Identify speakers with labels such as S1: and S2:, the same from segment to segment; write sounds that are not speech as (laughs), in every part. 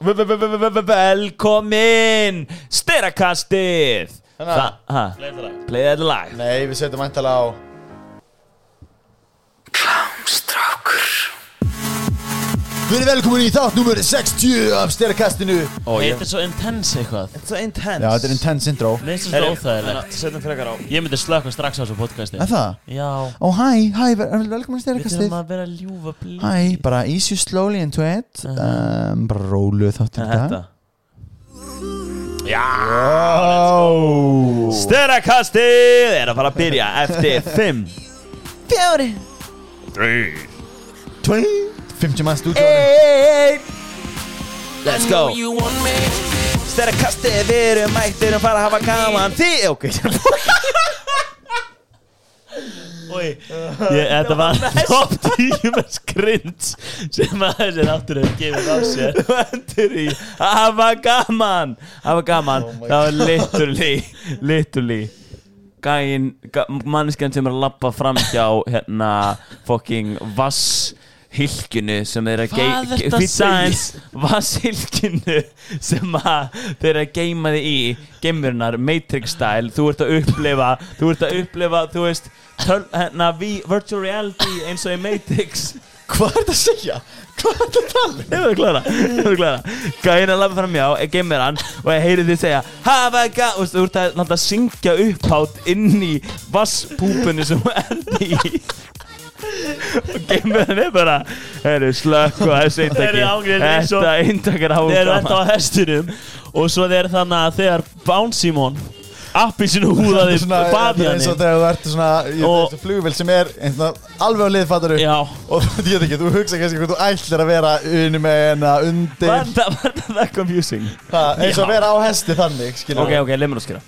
S1: V- v- v- v- v- Velkomin Styrakastið
S2: Hérna.
S3: Þannig
S1: að Pleiði þetta lag
S3: Nei, við setjum mæntalega á
S4: Klámstrákur
S3: Við erum velkomin í þátt nummer 60 af styrkastinu Já,
S2: Þetta er svo intense eitthvað
S1: Þetta
S2: hérna,
S1: er intense
S3: þetta er intense intro
S2: Mér finnst þetta óþægilegt
S1: Settum frekar á
S2: Ég myndi slökka strax á þessu podcasti
S3: Er það?
S2: Já
S3: Ó, hæ, hæ, vel- velkomin í
S2: Við þurfum
S3: styrkastið
S2: að vera að ljúfa blíð
S3: Hæ, bara ease you slowly into it um, Bara rólu þáttir
S1: Þetta
S3: Já
S1: Styrakastið er að fara að byrja eftir 5
S3: Fjóri
S1: 3
S3: Tvei 50 mann stúdíu
S1: 1 Let's go
S4: You want me
S1: Styrakastið við erum mættir að fara að hafa gaman Því
S3: (laughs)
S1: Ok
S2: Ég- Þetta
S3: (laughs)
S2: var top 10 með skrind sem að þessi ráttur hefur gefið á sér
S1: Vendur í Hafa gaman Hafa gaman
S3: Oh my
S1: Það var literally Literally Gæin ga, Manneskjan sem er að lappa fram hjá Hérna Fucking Vass Hilkinu sem þeir að
S2: Hvað ertu að
S1: Science Vasshilkinu sem að þeir eru að geima þig í Geimurnar, Matrix style Þú ert að upplifa Þú ert að upplifa, þú veist töl, hérna, vi- Virtual reality eins og í Matrix
S3: Hvað er þetta að segja? Hvað er þetta að tala? um?
S1: Hefur þú klára, hefur þú klára Gæin að lafa fram hjá, ég geymir hann Og ég heyri því segja Hafa gá Og þú ert að láta syngja upphátt Inn í vasspúpunni sem þú ert í Og geymir hann er bara Herru, slökk og þessu
S2: Heyrðu,
S1: eintaki
S2: ángrín, eins og-
S1: Þetta eintak er
S2: Þeir eru enda
S1: hágaman
S2: á hestinum og svo þeir þannig að þegar Bouncymon appisinu húðaði
S3: eins og
S2: badjani
S3: þegar þú ert svona í
S2: Og-
S3: þessu flugvél sem er eins og alveg á liðfattaru
S2: Já
S3: og (laughs) þú veit ekki, þú hugsa kannski hvort þú ætlir að vera unni með hennar undir
S1: Var það, var það það confusing?
S3: ha, eins og
S2: Já.
S3: vera á hesti þannig skilur
S1: Ok, ok, leið mér að skýra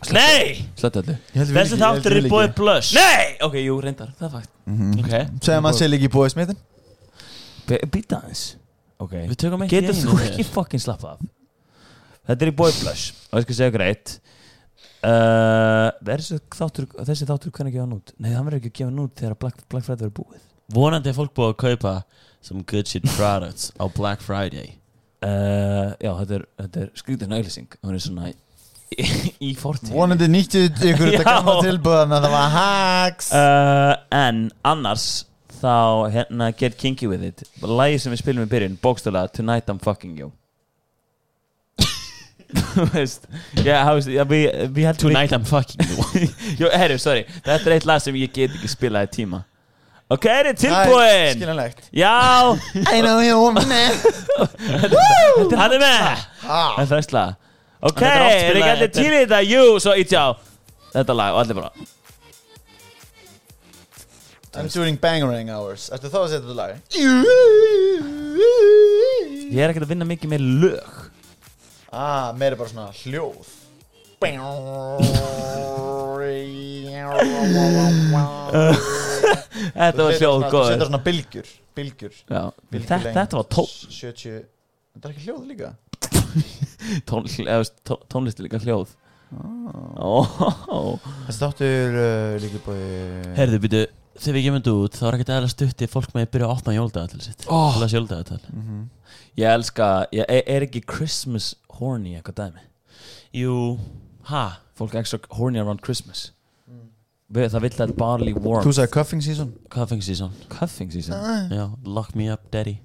S2: Nei!
S1: Slöttu öllu
S2: Þessi þáttur er bóðið blush
S1: Nei, ok, jú, reyndar, það er fakt
S2: Ok
S3: segja maður sér líka í bóði smitin
S1: Be- Býta aðeins Ok
S2: Við tökum eitt
S1: Getur
S2: í
S1: þú
S2: einu
S1: ekki fucking slappa af Þetta er í Boy Blush Og ég skal segja ykkur eitt uh, þessi, þáttur, þessi þáttur hvernig gefa hann út? Nei, hann verður ekki að gefa hann út þegar Black, Black Friday verður búið
S2: Vonandi er fólk búið að kaupa some good shit products á Black Friday
S1: uh, Já, þetta er, þetta er skrýtin auðlýsing Hún er svona í, í fortíð
S3: vonandi nýttu ykkur þetta
S1: Já.
S3: gamla tilbúðan að það var hacks
S1: uh, En annars þá hérna Get Kinky With It Lægi sem við spilum í byrjun, bókstölega Tonight I'm Fucking You Þú veist Já, þú veist, já, við við heldum (laughs)
S2: Tonight I'm fucking (laughs) you
S1: Jó, herru, sorry Þetta er eitt lag sem ég get ekki spilað í tíma Ok, er þið
S3: Æ,
S1: tilbúin?
S3: skiljanlegt
S1: Já,
S3: I know you want me
S1: hann er með
S3: Ah,
S1: Það er þess lag Ok,
S2: En þetta er oft
S1: er ekki
S2: spilað-
S1: allir til í þetta? Jú, svo ítjá Þetta lag og allir bara
S3: I'm doing bangerang hours Ertu þá að setja þetta lag?
S1: Ég er ekkert að vinna mikið með lög
S3: Ah, meira bara svona hljóð Þetta
S1: Þetta var hljóð
S3: Þetta
S1: góður
S3: er svona bylgjur Bylgjur
S1: Já, þetta,
S3: bylgjulengd,
S1: þetta var tón,
S3: 70 Þetta er ekki hljóð líka
S1: tón, eða, tón, tónlist er líka hljóð
S3: Ah.
S1: oh.
S3: Þessi þáttur uh, líka búið
S2: Herðu, býtu, þegar við gefum þetta út þá er ekkert eðla stutti fólk með að byrja að opna jóldagatal sitt oh. Lás jóldagatal
S3: Mhm.
S1: Ég elska, ég er, er ekki Christmas horny eitthvað dæmi
S2: Jú, ha?
S1: Fólk er ekki svo horny around Christmas Við- Það vill að barley warm
S3: Mm. Þú sagði cuffing season
S2: Hvað fengið síðan?
S1: cuffing season
S2: Já, lock me up daddy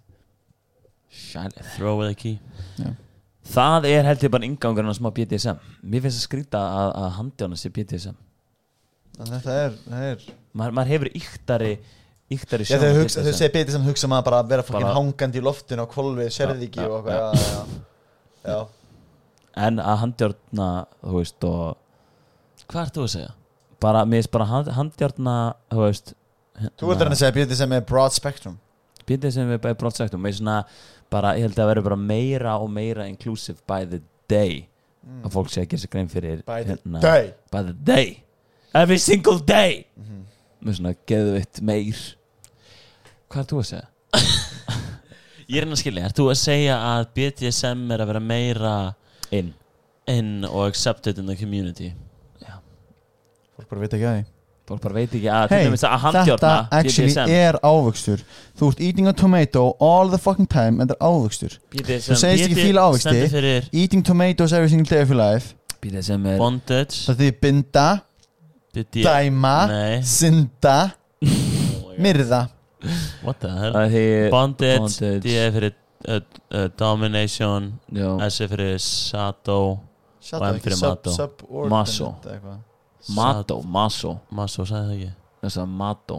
S1: Sjæli.
S2: Throw away the key
S1: Það er held ég bara ingangurinn að smá BDSM Mér finnst að skrýta að, að handjána sé BDSM
S3: Þannig að þetta er, það er
S1: Maður, maður hefur yktari Yktari
S3: Já,
S1: sjón
S3: þau,
S1: af
S3: hugsa, þau segja betið sem hugsa maður bara að vera fokkin
S1: Bara-
S3: hangandi í loftinu og kvolfið, sérði ekki
S1: Já,
S3: og eitthvað Já, já, já.
S1: En að handjána Þú veist og
S2: Hvað ert þú að segja?
S1: bara, Mér finnst bara hand, handjána Þú veist hérna,
S3: já Þú ert hérna að reyna að segja betið sem er broad spectrum
S1: BDSM er bara brótt sagt og Mér er svona bara Ég held að vera bara meira og meira Inclusive by the day Að fólk sé að gera sér grein fyrir
S3: Mm. By the
S1: hérna,
S3: day.
S1: By the day Every single day
S3: Mhm.
S1: Mér er svona geðveitt meir Hvað er þú að segja?
S2: Ég er enn að skilja, ert þú að segja að BDSM er að vera meira
S1: Inn
S2: in og accepted in the community?
S3: Fólk bara veit ekki að því
S1: fólk bara veit ekki að
S3: Hey,
S1: til dæmis að handjárna
S3: þetta actually er ávöxtur Þú ert eating a tomato all the fucking time en það er ávöxtur
S2: BDSM
S3: Þú segist ekki fíla ávexti.
S2: Stendur fyrir
S3: Eating tomatoes every single day of your life
S1: BDSM er
S2: bondage
S3: Það því binda,
S2: BD
S3: dæma,
S2: Nei.
S3: synda, myrða
S2: What the hell
S1: að því
S2: Bondage
S1: Bondage.
S2: D er fyrir uh, uh, domination
S1: já,
S2: S er fyrir sato
S3: Shut
S2: Og M fyrir mató.
S1: Maso. Mato, Maso
S2: Maso sagði það ekki
S1: þess að Mato,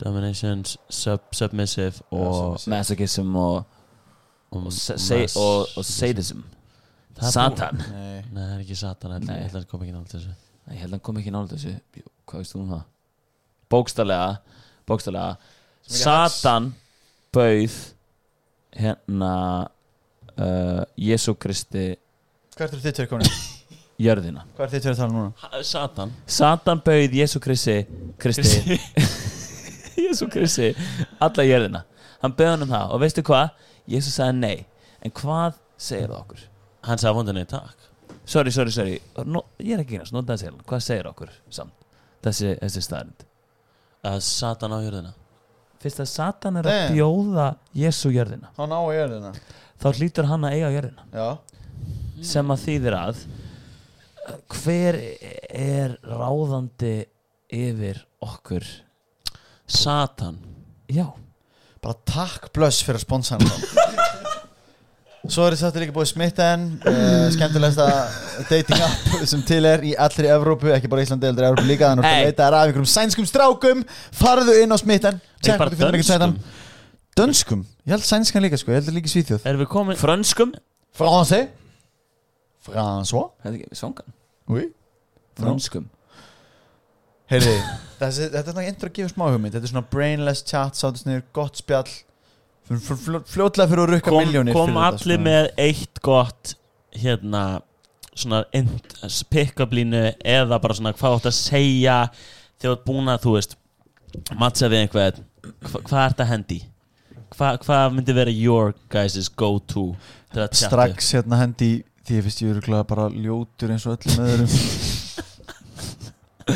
S2: Domination sub, Submissive og,
S1: Masochism og,
S2: og,
S1: og, se,
S2: mas-
S1: og, og Sadism
S2: Það er
S1: Satan
S2: Nei, það er ekki Satan held
S1: Nei.
S2: ég. Ég ætla að koma ekki nátt þessu
S1: Nei, Ég held að hann kom ekki nála þessu Jú, Hvað veist þú um það? Bókstarlega Bókstarlega Satan bauð hérna uh, Jésu Kristi
S3: Hvað er þið tveir komin?
S1: jörðina
S3: Hvað er þið tveir að tala núna?
S2: Ha- Satan
S1: Satan bauð Jésu Kristi
S2: (laughs)
S1: Kristi Jésu Kristi alla jörðina hann bauð hann um það og veistu hvað Jésu sagði nei en hvað segir það okkur
S2: Hann sagði vondinni takk
S1: sorry, sorry, sorry no, ég er ekki gynast, nota þessi helan hvað segir okkur samt þessi, þessi staðrind
S2: að Satan á jörðina
S1: fyrst að Satan er að
S3: Damn.
S1: bjóða Jésu jörðina
S3: Hann á að gera þérna
S1: þá hlýtur hann að eiga jörðina
S3: Já
S1: sem að þýðir að hver er ráðandi yfir okkur
S2: Satan
S1: já
S3: Bara takk blöss fyrir að sponsa hann Svo er þetta líka búið smitten uh, Skemmtilegsta dating app sem til er í allri Evrópu Ekki bara Íslandi, heldur Evrópu líka Þannig að
S1: Hey.
S3: leita er af einhvernum sænskum strákum Farðu inn á smitten
S2: Nei, bara
S3: sætan
S2: dönskum
S3: Dönskum? Ég held sænskan líka sko, ég held líka í Svíþjóð
S2: Erum við komin
S1: frönskum
S3: Fransi François
S1: svangan
S3: Oui
S1: frönskum
S3: (laughs) Heyri, þessi, þetta er náttúrulega intro að gefa smá hugmynd Þetta er svona brainless chat, sáttisniður, gott spjall Fl- fl- fl- Fljótlega fyrir að rukka
S2: kom,
S3: miljónir
S2: kom
S3: fyrir þetta,
S2: allir
S3: sko.
S2: með eitt gott hérna svona int- pick-up línu eða bara svona hvað átt að segja þegar þú ert búin að þú veist mattsa við einhvern hva, hvað ert að hendi Hva- hvað myndi vera your guys' go to til að tjatta upp?
S3: Strax hérna hendi í- Því ég finnst ég eru bara ljótur eins og öllum öðrum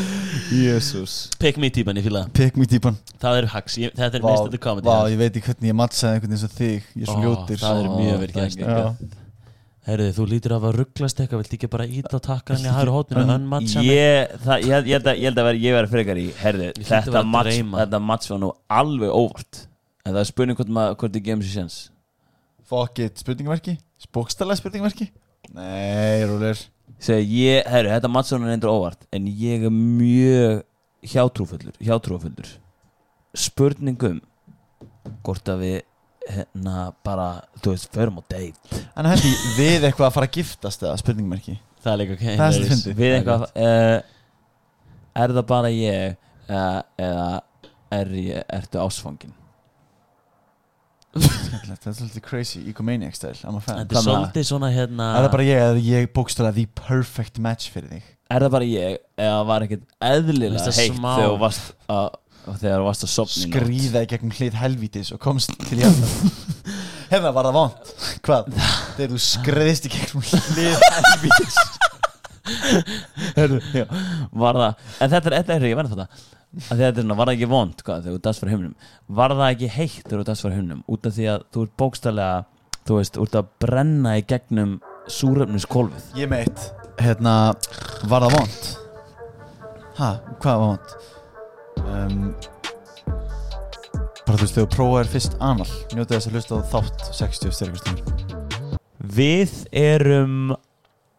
S3: (laughs) Jésús
S2: pick me típan ég fíla það.
S3: Pick me típan
S2: það eru hacks ég, þetta er hérna.
S3: Vá,
S2: minnst þetta komandi
S3: vá, ég veit ekki hvernig ég matsaði einhvern eins og þig Ég er svo
S2: Ó,
S3: ljótur
S2: það er
S3: Ó,
S2: mjög vel
S3: það er
S2: gert.
S3: geggjað.
S2: herruði þú lítur af að rugglast eitthvað vilt ekki bara íta takkan í hæru hótninu
S3: Um,
S2: unmatcha mig
S1: ég, það, ég, ég, held að- ég held að vera, ég vera frekar í herði,
S2: Ég hlýt að
S1: þetta
S2: vera að
S1: match,
S2: dreyma.
S1: þetta match var nú alveg óvart en það er spurning hvort, maður- hvort þið gefum sér séns
S3: Fuck it, spurningverki Spókstælega spurningverki Nei, rúleir
S1: segi ég, herru, þetta match var nú reyndur óvart en ég er mjög hjátrúfullur hjátrúfullur spurningum hvort að við hérna bara, þú veist, förum á date
S3: En hendi, við eitthvað að fara að giftast eða spurningmerki
S2: það er líka ok
S3: Það er
S2: hilarious.
S3: svolítið fyndið.
S1: við eitthvað uh, er það bara ég uh, eða er ég, ertu ásfangin
S3: Þetta er svolítið crazy, egomaniac style I'm a fan
S2: þetta er
S1: Þannig að-
S2: svolítið svona hérna
S3: Er það bara ég eða er ég bókstælega the perfect match fyrir þig
S1: er það bara ég eða var ekkert eðlilega
S2: Veist
S1: heitt
S2: það smá.
S1: þegar þú varst að þegar þú varst að sopna
S3: Skrýða í gegnum hlið helvítis og komst til hérna Hérna var það vond Hvað? Þegar þú skriðist í gegnum hlið helvítis Herru, já
S1: var það, en þetta er þetta er ég verð þetta Af því að þetta er svona, var það ekki vond hvað, þegar þú dast fyrir himnum var það ekki heitt þegar þú dast fyrir himnum út af því að þú ert bókstælega þú veist, úr að brenna í gegnum súröfniskólfið
S3: Ég meitt Hérna, var það vond? Ha, hvað var vond? Um, bara þú veist, þegar þú prófaðir fyrst anal Njótið þess að hlusta á þátt 60 styrkastum
S1: við erum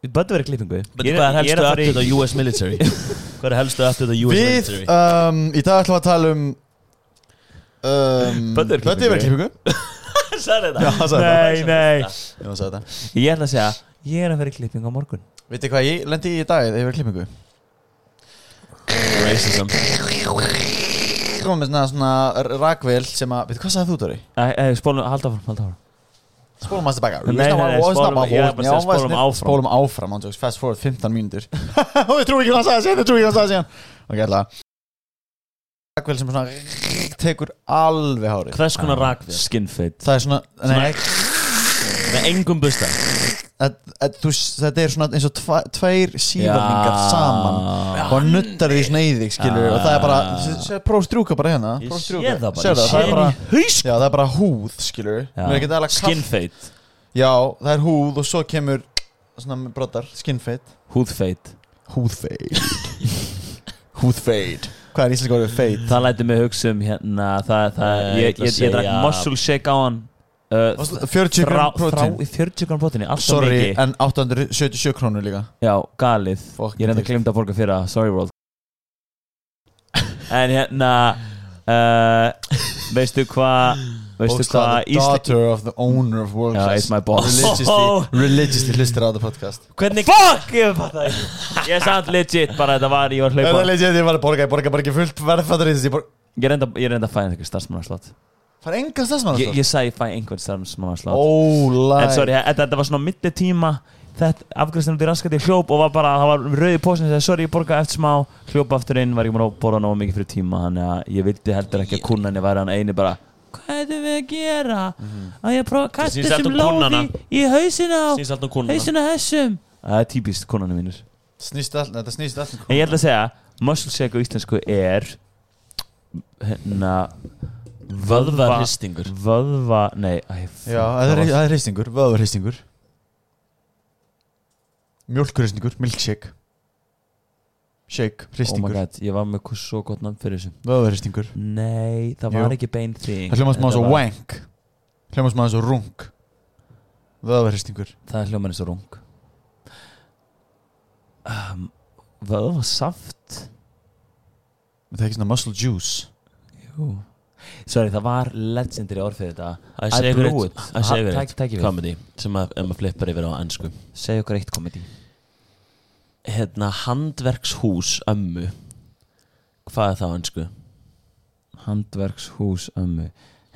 S1: við bætum verið klippingu
S2: But hvað er helstu update á US (laughs) military? hvað er helstu update á US
S3: Við,
S2: military?
S3: um, í dag ætlum við að tala um um,
S1: Böddi er
S3: klippingu
S2: Særi
S3: Já,
S2: þetta
S3: það sagði það
S1: nei, nei,
S3: Ég var að sagði þetta
S1: ég ætla að segja ég er að verið klippingu á morgun
S3: Vitið hvað ég lendi í í dag þegar ég verið klippingu?
S2: Racism
S3: Komum með svona, svona r- rakvél sem að, veitu hvað sagði þú Dóri?
S1: Æ, æ, spólum, halda áfram, halda áfram
S3: Spólum aðeins tilbaka
S1: Nei, nei, nei, spólum- ég er bara að segja spólum áfram.
S3: Spólum áfram, hann tjóks fast forward 15 mínútur (laughs) Og ég trúi ekki hvað hann sagði síðan, ég trúi ekki hvað hann sagði síðan Ok, alltaf Rakvél sem svona tekur alveg hárið
S2: Ah. Hvers konar rakvél?
S1: skinfit
S3: Það er svona, nei,
S2: Með engum busta
S3: að, að, þú, s- þetta er svona eins og tva, tveir sívarningar
S2: Já.
S3: saman og nuttar því svona í þig skilur og það er bara, próf strjúka bara hérna
S2: Ég
S3: próf
S2: sé
S3: strjúka.
S2: það bara,
S3: Sérðu
S2: ég
S3: það
S2: sé
S3: er bara
S2: það í hausnum.
S3: já, það er bara húð skilur Mér er ekkert aðallega kalt.
S2: Skinfeit
S3: já, það er húð og svo kemur svona með broddar, skinfeit
S1: Húðfeit
S3: húðfeit (laughs) húðfeit hvað er íslensk orðið feit?
S1: Það læti mig hugsa um hérna það, það,
S2: Nei, ég
S1: Ég,
S2: ætla að
S1: ég, ég drakk
S2: segja-
S1: muscle shake á hann uh,
S3: 40
S1: þrá,
S3: gram
S1: þrá
S3: protein
S1: í 40 gram proteini Alltaf
S3: sorry,
S1: mikið
S3: en 877 krónur líka
S1: Já, galið
S3: Fuck
S1: Ég reyndi að
S3: til.
S1: glemta að borga fyrir það Sorry world En hérna uh, Veistu hvað Veistu
S3: Bókstaflega
S1: hvað Ísland
S3: Daughter of the owner of world
S1: Já,
S3: class
S1: it's my boss.
S2: Oh.
S3: Religiously, religiously hlustir á þetta podcast
S2: Hvernig
S1: Fuck, ég fatt það ekki Ég samt legit bara þetta var, ég var
S3: Það er
S1: hlaupa
S3: legit, ég var að borga, ég borga bara ekki fullt verðfattur í þessi Ég borga,
S1: Ég reynda, ég reynda að fæ einhver starfsmannarslott
S3: fara enga stafsmann
S1: Ég, ég sagði ég fæ einhvern starfsmannarslott En sorry,
S3: Ólæg
S1: þetta, þetta var svona milli tíma Þetta afgræstin út í raskat ég hljóp og var bara, það var rauði pósin Þegar sorry, ég borga eftir smá, hljóp aftur inn Var ekki mér að borða nógu mikið fyrir tíma Þannig að ég vildi heldur ekki að kunnan ég væri hann eini bara Hvað ætlum við að gera? Að ég prófa að
S2: Snýst
S1: kasta
S2: allt
S1: þessum
S2: um
S1: lófi
S2: kúnnana.
S1: í hausin á
S2: Snýst allt um kúnnana.
S1: Hausin á hessum Það er típist kunnanum mínus
S3: Snýst allt, þetta snýst allt um
S1: En ég ætla að segja, muscle shake á íslensku er Hérna
S2: Vöðvarhristingur
S1: Vöðva, nei æ,
S3: Já, það er- það er hristingur, vöður hristingur Mjölkurhristingur, milkshake Shake,
S1: Oh my
S3: hristingur,
S1: god, ég var með kus- svo gott namn fyrir þessu
S3: vöður hristingur
S1: Nei, það
S3: Jú.
S1: var ekki bein þing
S3: Það hljóma smá
S1: Þetta
S3: svo
S1: var-
S3: wank Hljóma smá svo rung Vöður hristingur
S1: Það er hljóman eins og rung um, Vöðva saft
S3: Það er ekki svona muscle juice
S1: Jú Sorry, það var legendary orð fyrir þetta
S2: I say
S1: blew
S2: it.
S1: it.
S2: I say
S1: Ha-
S2: it.
S1: takk- takk í við.
S2: Comedy sem að, ef maður flippar yfir á ennsku
S1: Segðu okkur eitt komedi
S2: Hérna, handverkshús ömmu Hvað er það á ennsku?
S1: Handverkshús ömmu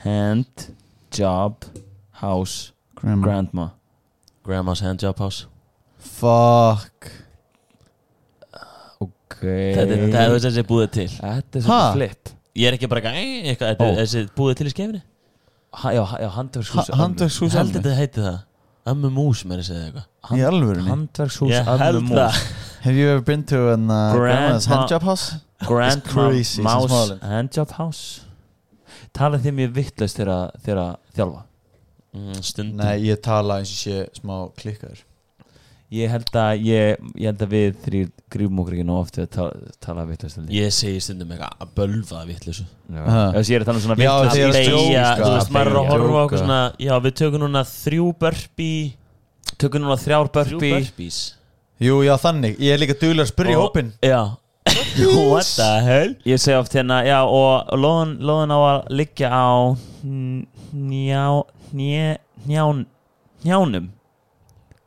S1: Hand, job, house,
S3: Mm.
S1: grandma
S2: Grandma's handjob house
S3: Fuck
S1: Ok
S2: Þetta er- það er þessi búið til
S1: Þetta er
S3: Ha?
S1: svona flip
S2: Ég er ekki bara eitthvað, "Æ", eitthvað Þetta
S1: Ó.
S2: er þessi búið til í skefinni
S1: ha, Já, ha- já handverkshús
S3: Ha- handverkshús
S2: Ég held
S3: ömmu.
S2: þetta heiti það Ömmu mús með þessi eitthvað
S3: Í alvörunni?
S1: Handverkshús
S2: Ég held
S1: ömmu
S2: það
S3: Have you ever been to an uh,
S1: Grandma-
S3: grandma's handjob house?
S1: Grandma
S3: crazy, sem
S1: Mouse
S3: smáðalinn.
S1: Handjob House Talið þið mjög vittlust þegar að- þegar að þjálfa
S2: Mm, Stundum
S3: Nei, ég tala eins og sé smá klikkaður
S1: Ég held að, ég, ég held að við þrýr grífum okkur ekki nóg oft við að tala, tala vittlust yeah.
S2: Ég segi stundum eitthvað að bölva vitleysu
S3: Aha.
S1: Ég er að tala um svona
S3: Já,
S1: vittlust
S3: þið
S2: að
S3: eru að
S2: beigja,
S3: djóka,
S2: þú veist, maður er að
S3: beygja.
S2: horfa á okkur
S3: Djóka.
S2: svona já, við tökum núna þrjú burpee
S1: Tökum núna þrjár
S2: þrjú
S1: börpi
S2: burpees
S3: Jú, já, þannig Ég er líka duglega að spyrja í
S2: Og-
S3: hópin
S2: já
S1: (laughs)
S2: what the hell
S1: Ég segi oft hérna, já, og loðan, loðan á að liggja á n- njá, njá, nján, njánum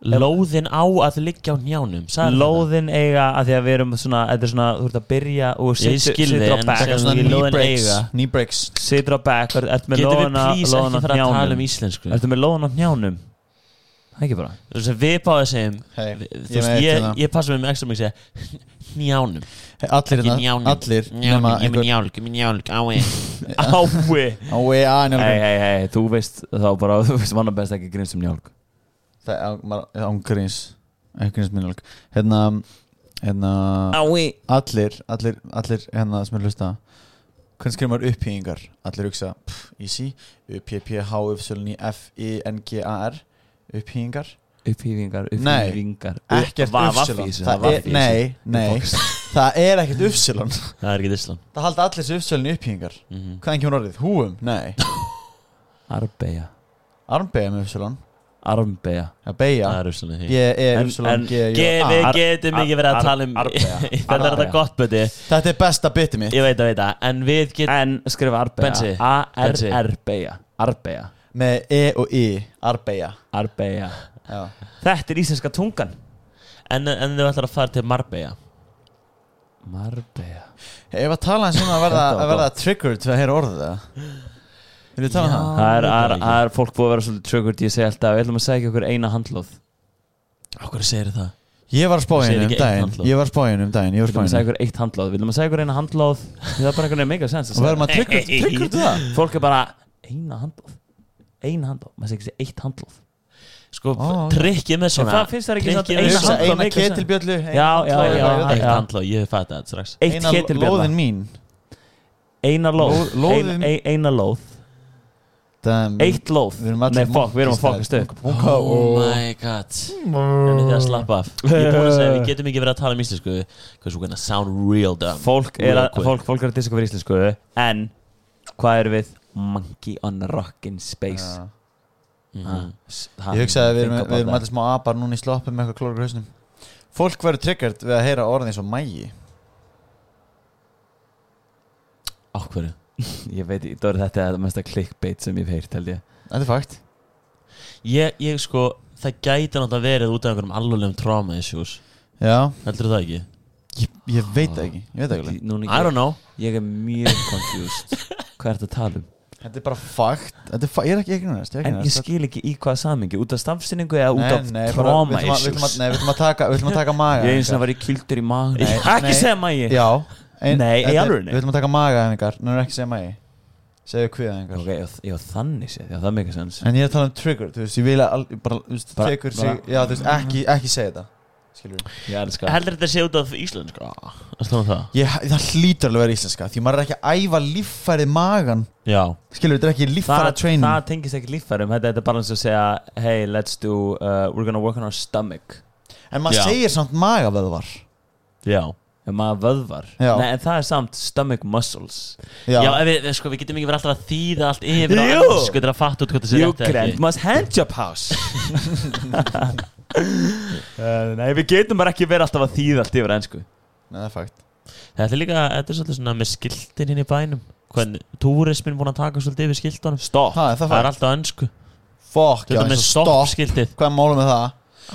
S2: lóðin á að liggja á njánum sagði
S1: Lóðin eiga, að því að við erum svona, þetta er svona, þú ert að byrja og
S2: Ég
S1: situr-
S2: skil
S1: situr
S2: þig,
S1: á
S2: en
S1: bekk.
S2: segja svona
S1: Ég
S3: knee
S1: loðin
S3: breaks
S1: eiga.
S3: Knee breaks
S1: situr á bekk er- ertu með
S2: Getum við
S1: lóðana
S2: please
S1: lóðana
S2: ekki
S1: á
S2: fara að tala um
S1: hnjánum
S2: íslensku
S1: ertu með lóðan á hnjánum það er ekki bara
S2: Þú veist, við báðið segjum
S3: Hey, ég
S2: við- þú veist,
S3: veit
S2: ég,
S3: hérna.
S2: ég passa mig með ekstra mikið að segja (laughs) njánum
S3: hey, Allir
S2: ekki
S3: hérna,
S2: njánum
S3: allir
S2: njánum,
S3: nema
S2: ég með
S3: einhver-
S2: njálg, ég með njálg á ég (laughs)
S1: ái
S3: Á, ég, á, njálgum.
S1: hei hei hei þú veist þá bara (laughs) þú veist manna best ekki grins um njálg
S3: Það er á- maður- án gríns Ángríns minnjálg Hérna, hérna
S1: ái
S3: Allir, allir, allir hérna sem er að hlusta Hvernig skrifum maður upphýingar? Allir hugsa, pff, easy U-P-P-H-U-F-N-I-F-I-N-G-A-R Upphýingar
S1: upphýfingar
S3: Nei.
S1: upphýfingar
S3: Ekkert
S1: upphýfingar
S3: upsilon Það er- Nei, nei Það er ekkert upsilon
S2: það er ekki Ísland
S3: Það halda allir þessu uppsölun í upphýðingar
S2: Mhm.
S3: Hvaðan kemur orðið? Húum? Nei
S1: arbeja
S3: Armbeja með uppsölun
S1: armbeja
S3: Já, beja
S2: það er Ísland
S3: G-E
S1: En- en-
S3: uppsölun G-U-A
S2: við
S1: Ar-
S2: getum ekki verið
S1: ar-
S2: að tala um
S1: arbeja.
S2: (laughs) þetta er þetta
S1: Arbeja.
S2: gott beti
S3: Þetta er besta bitið mitt
S2: ég veit að veit að en við getum
S1: en skrifa
S2: Bensi.
S1: arbeja
S2: Bensi.
S1: a-r-r-beja arbeja
S3: Með E og I Arbeja
S1: arbeja
S3: Já
S1: þetta er íslenska tungan
S2: en, en þau ætlar að fara til Marbella
S1: marbeja
S3: Ég var að tala eins og svona að verða,
S1: Þetta var
S3: að verða triggered Þegar heyra orðið það Vil ég tala um það?
S1: það er-
S2: veit
S1: það
S2: það
S1: er- það er fólk búið að vera svolítið trökkurt ég segi alltaf við ætlum að segja okkur eina handlóð
S2: okkur segir það
S3: Ég var að spá
S2: Þú segir
S3: henni um
S2: ekki eitt
S3: daginn
S2: handlóð.
S3: Ég var að spá henni um daginn Ég var
S1: Viljum
S3: að
S1: að
S3: spá
S1: segja
S3: henni
S1: ykkur eitt handláð Viljum að segja ykkur eina handláð Það er bara einhvern veginn mega sens að
S3: Og verðum
S1: segja
S3: að triggered Triggered það
S1: Fólk er bara Eina handláð Eina handláð Maður segir ekki eitt handláð
S2: sko,
S3: Ó, já.
S2: trikkið með svona
S1: það finnst þær ekki samt
S2: trikkið
S1: eina
S2: með
S3: Hugsa
S2: svona-
S1: handbrá
S3: eina
S1: mikið sem-
S3: ketilbjöllu eina
S1: Já,
S3: handbrá-
S1: já, já, já.
S2: eitt handlóð, ég hef fatt þetta strax
S1: eitt
S3: Eina
S1: ketilbjörna
S3: lóðin mín
S1: eina lóð,
S3: Lóð- lóðin- Mm.
S1: Ein, ein, eina lóð
S3: Damn.
S1: eitt lóð,
S3: Við erum allir
S1: nei fokk, við erum að
S3: monkey
S1: fokkast upp
S2: oh my god en þið að slappa af ég er búin að segja, við getum ekki verið að tala um íslensku because we're gonna sound real dumb
S1: fólk er
S2: Real
S1: að,
S2: quick.
S1: fólk, fólk er að diska fyrir íslensku en hvað er við monkey on a rockin' space
S3: Já.
S1: Ha,
S2: Mhm.
S1: s- ha,
S3: Mhm. Ég hugsaði að við erum,
S1: think
S3: við erum
S1: about
S3: allir smá apar núna í sloppum með eitthvað klóra grösnum Fólk verður triggert við að heyra orðin eins og mægi
S2: á hverju
S1: that. ég veit, það er þetta er mesta clickbait sem ég hef heyrt held ég
S3: Þetta er fakt
S2: ég, ég sko, það gæti náttúrulega verið út af einhverjum alvegum trauma issues
S3: Já,
S2: heldur það ekki?
S3: ég, ég veit það ekki Ég veit það ekki alveg.
S1: Núna,
S2: I don't
S1: ég,
S2: know
S1: ég er mjög confused
S3: (laughs)
S1: hvað er þetta að tala um
S3: Þetta er bara fakt Þetta er fa Ég er ekki ekki næst
S1: en ég skil ekki í hvaða samingi út af stafsynningu eða út af
S3: við
S1: trauma
S3: ætlum að- við ætlum
S1: issues
S3: að- Nei, við ætlum að taka Við ætlum að taka maga
S1: ég eins og var í kildur í maður
S3: Nei,
S1: ekki
S3: nei.
S1: segja maður
S3: Já
S1: Nei, í
S3: þetta er-
S1: alvörunni?
S3: Við ætlum að taka maga einhver Nú er ekki að segja mægi Segðu kviða einhver
S1: ok, já, já þannig séð, já það er mikið sens
S3: En ég er að tala um trigger Þú veist, ég vil að al- Bara, þú veist,
S1: Bara-
S3: tekur
S1: bara-
S3: sig Já, þú veist, ekki, ekki segja þetta Skilur
S1: ég elskar
S2: heldur þetta sé út af íslensku stóðum það
S3: Ég, það hlýtur alveg að vera íslenska Því maður er ekki að æfa líffærið magan
S2: já
S3: Skilur, þetta er ekki líffæra training
S1: það tengist ekki líffærum þetta þetta er bara eins og að segja hey, let's do, uh, we're gonna work on our stomach
S3: En maður
S2: Já.
S3: segir samt magavöðvar
S2: já
S1: en maður vöðvar
S3: Já.
S1: Nei, en það er samt stomach muscles
S2: Já, ef við, við- sko, við getum ekki verið alltaf að þýða allt yfir á
S1: Jú.
S2: ennsku til að fatta út hvað það sé
S1: you
S2: rétt eða
S1: grand
S2: ekki
S1: must handjob house (laughs) uh, nei, við getum bara ekki verið alltaf að þýða allt yfir ennsku
S3: Nei, það er fakt
S2: Þetta er líka, þetta er svolítið svona með skiltin hinn í bænum Hvernig, túrismin búin að taka svolítið yfir skiltunum Stopp,
S3: Ha, er það
S2: það er
S3: fakt?
S2: alltaf ennsku
S3: Fokk, já,
S2: Þetta með
S3: eins og
S2: stopp
S3: stopp
S2: skiltið
S3: Hvað er málum með það?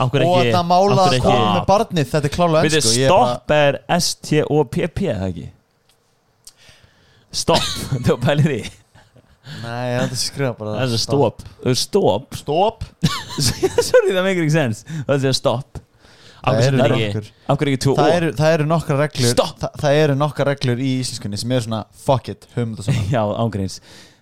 S2: Akkur
S3: Og sko.
S2: ekki,
S3: þarna mála
S2: akkur
S3: að
S2: ekki
S3: koma með barnið Þetta er klála
S1: við
S3: ennsku
S1: þið,
S3: Ég er bara-
S1: stopp er S-T-O-P-P er það ekki stopp, (laughs) þú pælir því
S3: Nei, ég ætla að skrifa bara
S2: Það er stopp
S1: stopp
S3: Stopp
S1: (laughs) sorry, það make any sense það sé stopp
S3: Það
S2: Akkur sem
S3: eru
S2: þetta ekki
S3: nokkur
S1: af hverju ekki two
S3: Það
S1: o?
S3: eru, það eru nokkra reglur
S1: Stopp.
S3: það, það eru nokkra reglur í íslenskunni sem eru svona Fuck it, höfum þetta svona
S1: (laughs) já, ángríns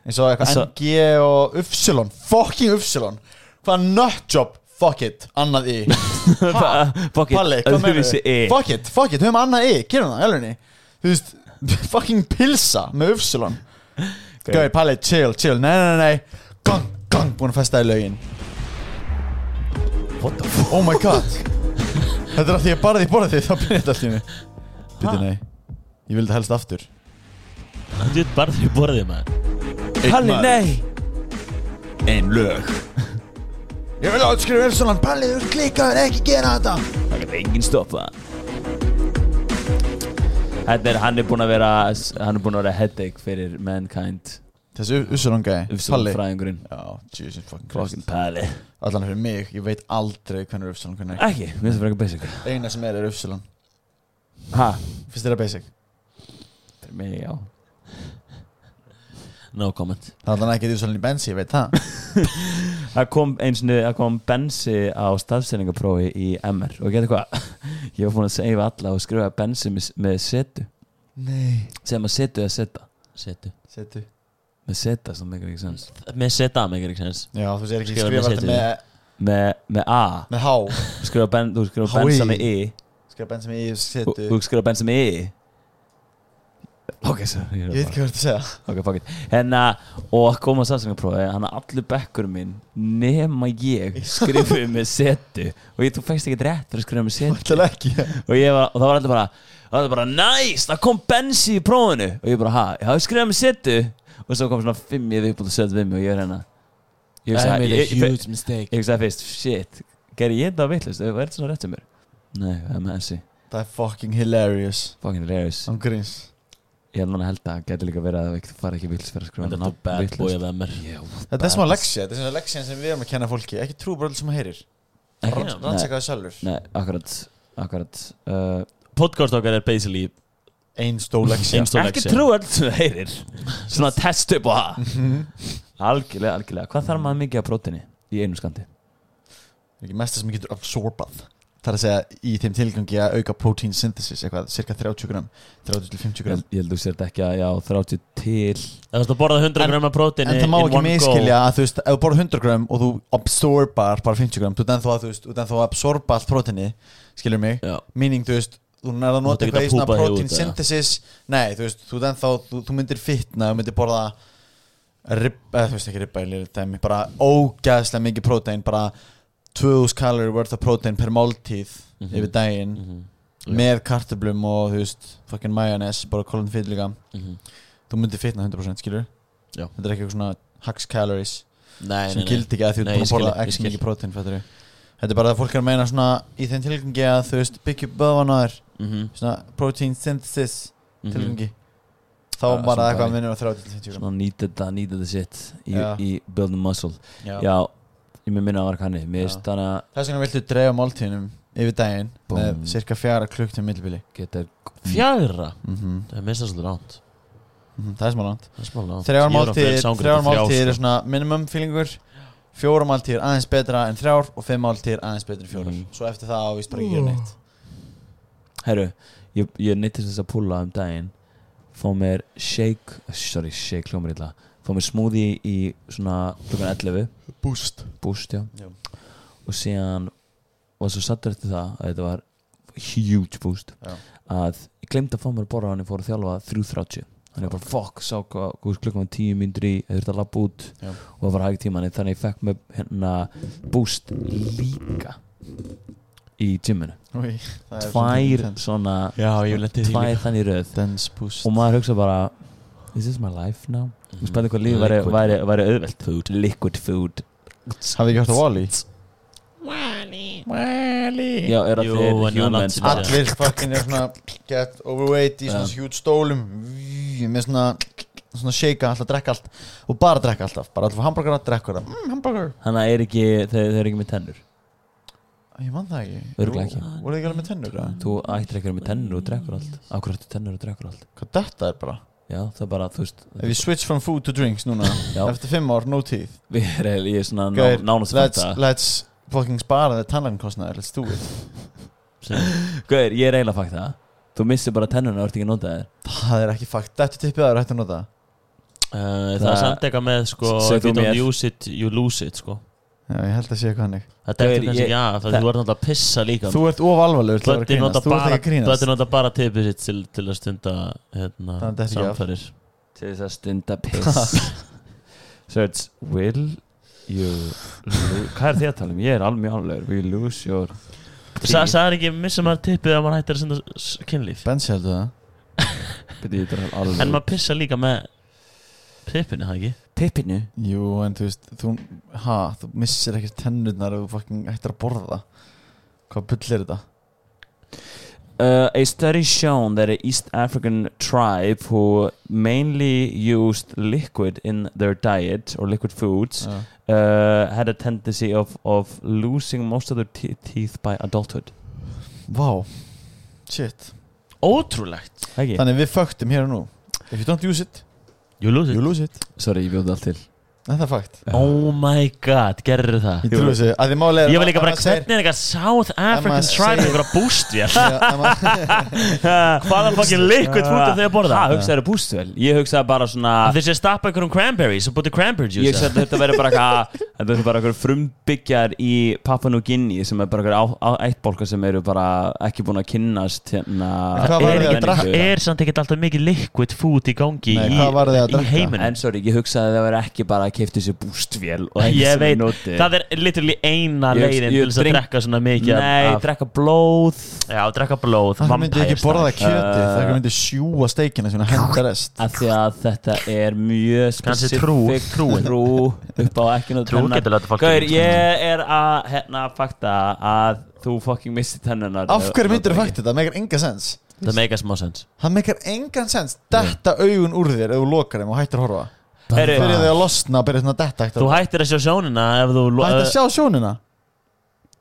S3: eins og eitthvað
S1: Svo-
S3: NG og Upsilon Fucking Upsilon Hvað nutjob Fuck it, annað í
S1: (laughs)
S3: Ha?
S1: uh, fuck it,
S3: Palli, hvað meður
S1: öðruvísi E.
S3: Fuck it, fuck it, höfum annað í, gerum það, elvinni Þú veist, (laughs) fucking pilsa með Upsilon Gauði, Palli, chill, chill, nei, nei, nei, nei Gang, gang, búin að festa í lögin
S1: What the
S3: Oh my god Þetta er að því ég barði í borðið því þá byrja þetta allt í mig Býtu, nei, ég vil þetta helst aftur
S2: Þú veit bara því borðið maður
S1: Palli, nei
S3: Ein lög Ég vil átskrifa Upsilon, Palli, þú ert klikaður, ekki gera þetta
S1: Það getur enginn stoppa Þetta er, hann er búinn að vera Hann er búinn að vera headache fyrir mankind
S3: Þessi Upsilon gæði,
S1: Ufsum
S3: Palli
S1: fræðingurinn
S3: Já, Jesus fucking
S1: Fucking
S3: Christ
S1: Palli
S3: Allan fyrir mig, ég veit aldrei hvernig er Upsilon, hvernig er
S1: Ekki, við erum frekar basic
S3: ekki Eina sem er er Upsilon
S1: Ha?
S3: Fyrst þér að basic
S1: Fyrir mig, já
S2: No comment
S3: Það er allan ekki því svolítið í bensi, ég veit það
S1: Það kom eins og það kom bensi á stafsendingaprófi í MR og getur hvað, (laughs) ég var búinn að segja alla og skrifa bensi með, með setu
S3: Nei
S1: sem að setu eða seta
S2: Setu
S3: Setu
S1: með seta sem ekki ekki sens
S2: Með seta make ekki sens
S3: Já, þú sér ekki
S2: Skrifa
S3: skrifa
S2: með
S3: þetta
S2: setu.
S3: með,
S1: með, með A,
S3: með H
S1: skrifa ben, þú skrifa
S3: Hái.
S1: bensa með I
S3: Skrifa bensi með í
S1: og
S3: setu
S1: þú skrifa bensa með I Ok, svo
S3: Ég veit ekki hvað þú ert að segja
S1: Ok, fuck it Hérna, og koma samsengaprófi Þannig að allur bekkur minn Nema ég skrifuði með setu Og ég, þú fæst ekki rétt fyrir að skrifa með setu
S3: Þetta er ekki
S1: Og ég var, og það var allir bara Það var bara, næs, það kom bensi í prófinu Og ég bara, ha, ég hafi skrifað með setu Og svo kom svona fimm ég viðbúl að setu við mig Og ég er hérna Ég hugsaði- ég- ég-
S2: mistake
S1: ég hugsaði fyrst, shit Gerði ég þetta vitlust, er þetta svona rétt sem mér? Nei, það er með þessi,
S3: Það er fucking hilarious
S1: fucking hilarious
S3: Án gríns
S1: Ég er núna held að það gæti líka verið að það fara ekki vilt fyrir að skrifa
S2: Þetta er
S1: hana
S2: þú bad
S1: vitlaust.
S2: boy af MR
S3: Þetta er smá leksja Þetta er svona leksja sem við erum að kenna fólki Ekki trú bara allir sem að heyrir
S1: Ekki-
S3: Rann-
S1: nei.
S3: Rannsaka það sjálfur
S1: Nei, akkurat, akkurat uh,
S2: Podcast okkar er basically
S3: Ein stó leksja
S2: Ein stó- Ekki
S1: Ekki
S2: trú
S1: trú allt sem heyrir Svona test upp á það Algjörlega, algjörlega Hvað þarf maður mikið af prótini í einu skandi?
S3: Ekki mesta sem getur absorbað þar að segja í þeim tilgangi að auka protein synthesis eitthvað, cirka 30 gram 30-50 gram
S1: Ég held þú sért ekki að já, 30 til
S2: Það varst að borða 100
S3: En-
S2: gröma prótein
S3: en það má ekki miskilja að þú veist ef þú borður 100 gram og þú absorbar bara 50 gram, þú ennþá að þú veist þú ennþá að absorba allt próteinni, skilur mig
S2: Já.
S3: meaning, þú veist, þú nærða að
S2: ert
S3: nota
S2: ekki
S3: eitthvað
S2: að
S3: í svona
S2: púpa þig
S3: protein
S2: út, eða?
S3: synthesis nei, þú veist, þú ennþá þú, þú myndir fitna, þú myndir borða ribba, eða þú veist ekki ribba ég lýr dæmi, bara ógæðslega mikið prótein bara 2000 calorie worth of protein per máltíð
S2: Mhm.
S3: yfir daginn með kartöblum og þú veist fucking mayonnaise, bara kolum fyrir líka
S2: Mhm.
S3: þú myndir fitna 100% skilur
S2: Já.
S3: þetta er ekki eitthvað svona hacks calories
S2: Nei,
S3: sem gildi ekki að því þú
S2: Nei, ég
S3: búin að
S2: skil,
S3: borða
S2: ég
S3: ekki
S2: skil.
S3: mikið prótein fættur þetta er bara að fólk er að meina svona í þeim tilgangi að þú veist byggja upp vöðvanar
S2: Mhm,
S3: svona protein synthesis
S2: mhm.
S3: tilgangi þá
S1: Ja,
S3: bara
S1: svona
S3: eitthvað
S1: dæmi.
S3: að minnum að 30-50 gram
S1: Svona nýta þetta, nýta þetta sitt í,
S3: Já.
S1: í building muscle
S3: Já.
S1: Já, ég með minna að var kanni Mér veist þannig að
S3: þess vegna viltu dreifa máltíðinum yfir daginn
S1: Búmm.
S3: með cirka fjara klukktum millibili
S1: geta
S2: Fjagra
S3: mm -hmm.
S2: Það er mistað svolítið ránt
S3: Mhm, það er smá langt
S2: Það er smá ránt
S3: þrjár máltíðir þrjár
S2: sko.
S3: máltíðir er svona minimum feelingur fjóra máltíðir aðeins betra en þrjár og fimm máltíðir aðeins betra en fjórar
S1: Mhm.
S3: svo eftir það ávist bara ekki gera neitt
S1: Herru, ég, ég nýttist þess að púla um daginn Fá mér shake Sorry, shake hljómar illa Fá mér smoothie í svona klukkan 11
S3: boost
S1: Búst, já
S3: Já.
S1: Og síðan var svo sattur eftir það að þetta var huge boost
S3: Já.
S1: að ég glemdi að fá mér að borra hann ég fór að þjálfa 3.30 þannig ég bara fuck, sá hvað hvað klukkan var 10 myndir í ég þurfti að labba út
S3: Já.
S1: og það var hægt tíma þannig ég fekk mér hérna boost líka í gyminu
S3: Új, það er
S1: tvær
S3: svolítið
S1: svona
S2: Já, ég vil leti
S1: tvær þannig í röð
S3: intense. Dense boost
S1: og maður hugsa bara is this my life now? Mm -hmm. spennið hvað líf væri,
S2: Liquid.
S1: væri, væri auðvelt food. liquid food
S3: Hafið ekki hægt að Wall-E?
S1: já, er
S2: Jú,
S1: allir
S2: en
S1: humans
S2: allir-
S1: bara-
S3: Allir fucking er svona get overweight í svona
S1: Já.
S3: hjút stólum Í, með svona svona shake alltaf drekka allt og bara drekka alltaf bara alltaf hambúrgara drekkur það mm, hambúrgar
S1: þannig að er ekki, þeir, þeir eru ekki með tennur
S3: ég man það ekki
S1: Örugglega ekki. Mm.
S3: Jú, voruð þið ekki alveg með tennur eða?
S1: þú ættir ekki að vera með tennur og drekkur allt akkur ættu tennur og drekkur allt
S3: hvað þetta er bara
S1: já, það er bara, þú veist
S3: ef ég switch from food to drinks núna
S1: Já.
S3: eftir fimm ár no teeth
S1: (laughs) við erum, ég er svona ná,
S3: Gaur,
S1: nánast
S3: let's,
S1: fætta
S3: let's fucking spara það tannlægnkostnaður let's do it
S1: Gauður, ég er eiginlega fætta þú missir bara tennurna og ert ekki að nota þér
S3: það er ekki fakt þetta tippið aður hættu að nota
S2: Það
S1: Eh, Það-
S2: er samt eitthvað með sko
S1: Segðu
S2: If you
S1: mér.
S2: don't use it, you lose it sko
S3: já ég held að sé eitthvað hannig
S2: Það dektur
S1: Gaur,
S2: kannski
S1: ég-
S2: ekki af
S1: það-
S2: Það þú ert náttúrulega að pissa líka
S3: þú ert ofalvarlegur til að vera að
S2: Bötti nota
S3: grínast þú ert
S2: bara
S3: ekki að grínast
S2: Bötti nota bara tipið sitt til, til að stunda hérna,
S3: Það dettur ekki af.
S2: samfærir
S1: til þess að stunda piss (laughs) so it's will you lo- hvað er því að tala um, ég er alveg mjög alveg will you lose your
S2: Sa- Sagði hann ekki missa maður tipið að maður hættir að stunda s- kynlíf
S3: Bensi heldur það
S1: Byrju, þetta er alveg-
S2: En maður pissa líka með tippinu, það ekki?
S1: pippinu
S3: Jú, en þú veist, þú, ha, þú missir ekkert tennurnar og þú fucking ættir að borða það Hvað bull er þetta?
S1: Uh, a study shown that an East African tribe who mainly used liquid in their diet or liquid foods
S3: Já.
S1: uh, had a tendency of, of losing most of their te- teeth by adulthood.
S3: Vá, shit
S2: Ótrúlegt
S1: Ekki?
S3: Þannig við fögtum hér og nú If you don't use it,
S2: You lose it
S3: you lose it
S1: Sorry, ég bjóði allt til.
S3: En það er fakt
S2: Oh my god, gerður það
S3: Ég trúi þessu Að því máli er
S2: Ég var líka
S3: að
S2: bara,
S3: maður segir-
S2: hvernig er eitthvað South African
S3: maður
S2: tribe
S3: segir-
S2: með einhverja
S3: (laughs)
S2: bústvél
S3: Já, að
S2: (laughs)
S3: maður-
S2: Hvaða fucking liquid food er þau að borða?
S1: Það hugsaði að bústu vel. Ég hugsaði bara svona...
S2: Þeir sé að stappa einhverjum cranberries og búti cranberry
S1: Ég
S2: juice
S1: hugsaði að þetta verður bara eitthvað Þetta verður bara eitthvað frumbyggjar í Papua New Guinea sem er bara eitthvað ættbólka sem eru bara ekki búin að kynnast hérna
S3: hvað var
S1: menningu.
S3: þið að drakk?
S2: Það er samt ekkert alltaf mikið liquid food í gangi
S3: Nei,
S2: í,
S3: hvað var þið að
S2: í
S3: drekka?
S2: heiminum
S1: En sorry, ég hugsaði að það var ekki bara að keipta sér bústvél og ekki
S2: Ég
S1: sem
S2: veit,
S1: noti.
S2: það er literally eina
S1: Ég-
S2: leiðin
S1: ég
S2: til þess að
S1: drink-
S2: drekka svona mikið
S1: Nei,
S2: af,
S1: drekka blóð
S2: Já, drekka blóð,
S3: Af hverju myndi ég ekki
S2: vampire
S3: borða
S2: style.
S3: kjötið Það
S1: Uh,
S3: hverju myndi sjúa steikina svona henda rest
S1: af því að þetta er mjög
S2: Kannski
S1: specific
S2: trú- trúin.
S1: trú upp á ekki nátt
S2: Trú getur látið fólk
S1: Gaur,
S2: að-
S1: ég er að hérna fakta að þú fucking misti tennunar
S3: Af hverju myndir þú fakt þetta? Það meikar enga sens
S2: Það make a small sense
S3: Það meikar engan sens Detta augun úr þér ef þú lokar þeim og hættir að horfa
S1: Heyrðu,
S3: Byrjaði þau að losna og byrjaði svona að detta hættir
S2: Þú hættir að sjá sjónina ef þú lo-
S3: Hættir að sjá sjónina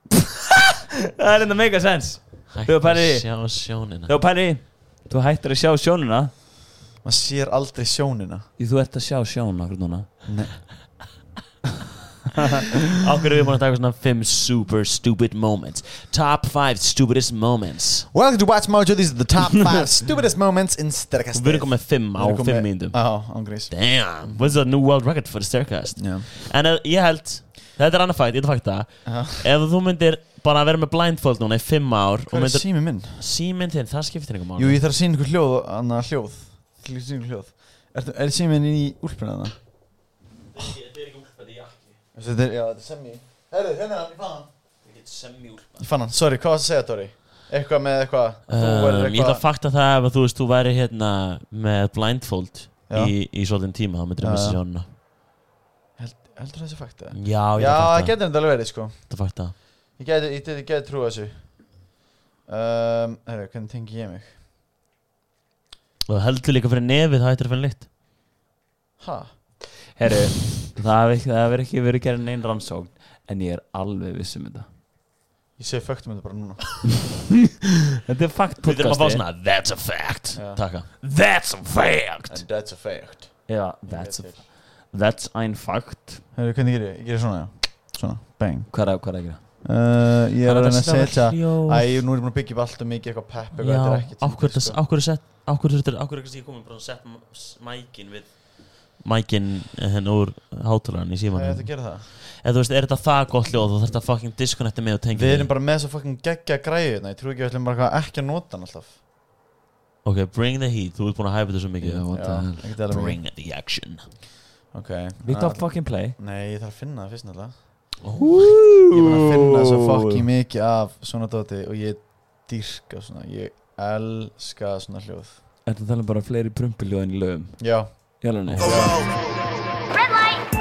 S1: Það er enda mega sens Þú
S2: Hættir
S1: pælir
S2: að
S1: í-
S2: sjá sjónina
S1: Þú pæri, þú hættir að sjá sjónuna
S3: Maður sér aldrei sjónina
S1: Í, Þú ert að sjá sjónuna akkur núna
S3: Nei.
S2: Okkur erum við búin að taka svona 5 super stupid moments Top 5 stupidest moments
S3: Welcome to Watch Mojo, these are the (laughs) top 5 stupidest moments in Staircast
S2: Við erum komið Ah. 5 á 5 mínútum
S3: Já, ángriðs
S2: Damn, what's a new world record for the staircast
S3: Já.
S2: En eh, ég held Þetta er annað fakt, ég held fakta Ef þú myndir bara að vera með blindfold núna í 5 ár og
S3: Hvað er
S2: myndir
S3: sími minn?
S2: síminn þinn, það skiptir einhver
S3: Jú,
S2: máli
S3: ég þarf að sína ykkur hljóð, annað hljóð Ég þarf að Sína ykkur hljóð Er, er sími minn í úlpunna það?
S2: um
S3: Þetta er, já, þetta er semi Herðu, hérna er hann, ég fann hann Ég fann hann, sorry, hvað varst að segja, Dóri? Eitthvað með eitthvað þú verður
S2: Um, ég ætla að
S3: eitthvað-
S2: fakta það ef að þú veist þú væri hérna með blindfold
S3: Já.
S2: í, í svolítinn tíma þá myndir
S3: Já,
S2: að missa
S3: já.
S2: sjónuna
S3: Held- Heldur þessi fakta?
S2: Já,
S3: Já,
S2: ég ætla
S3: það
S2: að fakta
S3: getur þetta alveg verið, sko
S2: Þetta er fakta
S3: Ég geti, ég geti, geti trúið þessu um, Herru, hvernig tengi ég mig?
S2: Og heldur líka fyrir nefið það hættir að finna lykt
S3: Ha?
S1: Herru, það hefur ekki, það hefur ekki verið gerðin neinn rannsókn En ég er alveg viss um þetta
S3: Ég segi föktum þetta bara (laughs) núna
S1: Þetta er fakt
S2: Við þurfum að fá
S1: podcasti
S2: svona That's a fact
S3: Já.
S2: Takka
S1: That's a fact
S3: And that's a fact
S1: Já, that's, a, that's ein fact
S3: Herru, hvernig gerir ég? Ég gerir svona, já Svona, bang
S1: Hvað er, hvað er að gera?
S3: uh, Ég er að reyna að setja
S2: Æ,
S3: Æ, nú er ég búin að byggja upp alltaf mikið eitthvað pepp
S2: Já,
S3: eitthvað, þetta er ekki til
S2: ákvörð
S3: sko.
S2: Ákvörð sett Ákvörð þetta Ákvörð ekki ég komið Bara að setja s- mækin við Mækin henn úr hátalarn í
S3: Hvað er
S2: símanum
S3: þetta að gera það?
S2: Eða þú veist, er þetta það gott ljóð Þú þarfst að fucking disconnecta mig og tengja
S3: Við
S2: mig.
S3: erum bara með þess að fucking geggja græði hérna Ég trú ekki að við ætlum bara eitthvað ekki að nota hann alltaf
S2: Ok, bring the heat Þú ert búin að hæpa þetta svo mikið
S1: what the hell
S3: ekki tala mikið
S2: Bring the action
S3: Ok
S1: Við
S3: Ah,
S1: tók fucking play
S3: Nei, ég þarf að finna það fyrst náttúrulega
S1: Ég
S3: Ég er búin að finna svo fucking mikið af svona dóti og ég dýrka svona, ég elska svona hljóð
S1: Þetta tala um bara fleiri prumpiljóðin í lögum
S3: Já,
S1: Já, alveg nei
S5: Red light.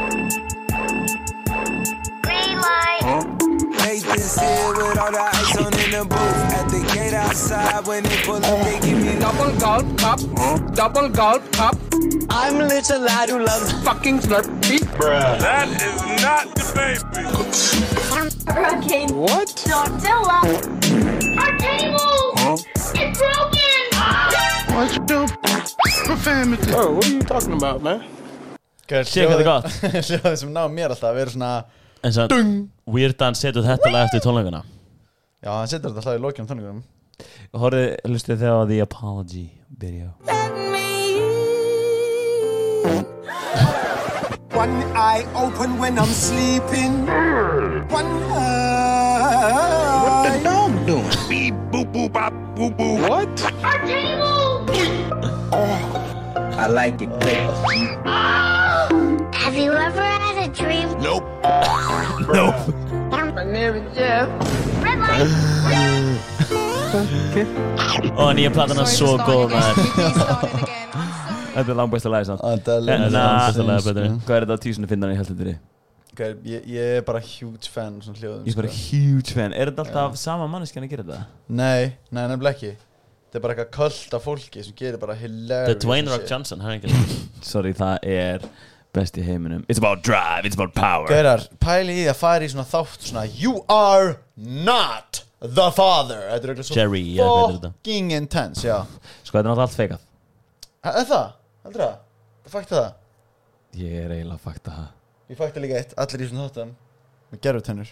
S5: Green light.
S6: Nathan's here with all the ice on in the booth. At the gate outside, when they pull up, they give me double gold cup, double gold cup. I'm a little lad who loves fucking slurpee.
S4: That is not the baby.
S5: Hurricane. What? Godzilla. Our table. It's broken.
S4: What's your profanity? Oh, what are you talking about, man?
S2: Sér hvað það er
S3: (laughs)
S2: gott
S3: hljóði sem ná mér alltaf að vera svona
S2: En svo Weirdan setur þetta lag eftir tónleikana
S3: Já, hann setur þetta alltaf í lokjum tónleikunum
S1: Horfið, hlustið þegar á The Apology video
S6: One eye open when I'm sleeping. One eye. What the dog doing?
S4: Beep, boo, boo, bop, boo, boo. What?
S5: Our table.
S6: I like it.
S5: Have you ever had a dream? Nope. nope. My name is Jeff. Red light.
S2: Og nýja platan er svo góð maður
S1: Þetta er langbæsta lagi samt
S3: Þetta er
S2: En
S1: Þetta
S2: að betri
S1: Hvað er þetta á tísunni finnar í heldindri?
S3: Gauir, ég, ég er bara huge fan svona hljóðum sko.
S1: Ég er bara huge fan Er þetta alltaf sama manneskjan að gera þetta?
S3: Nei, nei, nefnilega ekki Þetta er bara eitthvað kvöld af fólki sem gerir bara hilarious
S2: The Dwayne Rock
S3: shit.
S2: Johnson, hann er
S3: (laughs)
S2: engil
S1: Sorry, það er best í heiminum It's about drive, it's about power
S3: Gaurar, pæli í að fara í svona þátt svona You are not the father Þetta er eitthvað svo
S2: Jerry, eða hvað heitir þetta?
S3: fucking intense, já
S1: Sko, þetta er náttúrulega allt feikað
S3: Ha, Er það? Heldur það? Það fætti það?
S1: Ég er eiginlega fakt að það
S3: Ég fætti líka eitt, allir í svona þáttum Með gerfutennur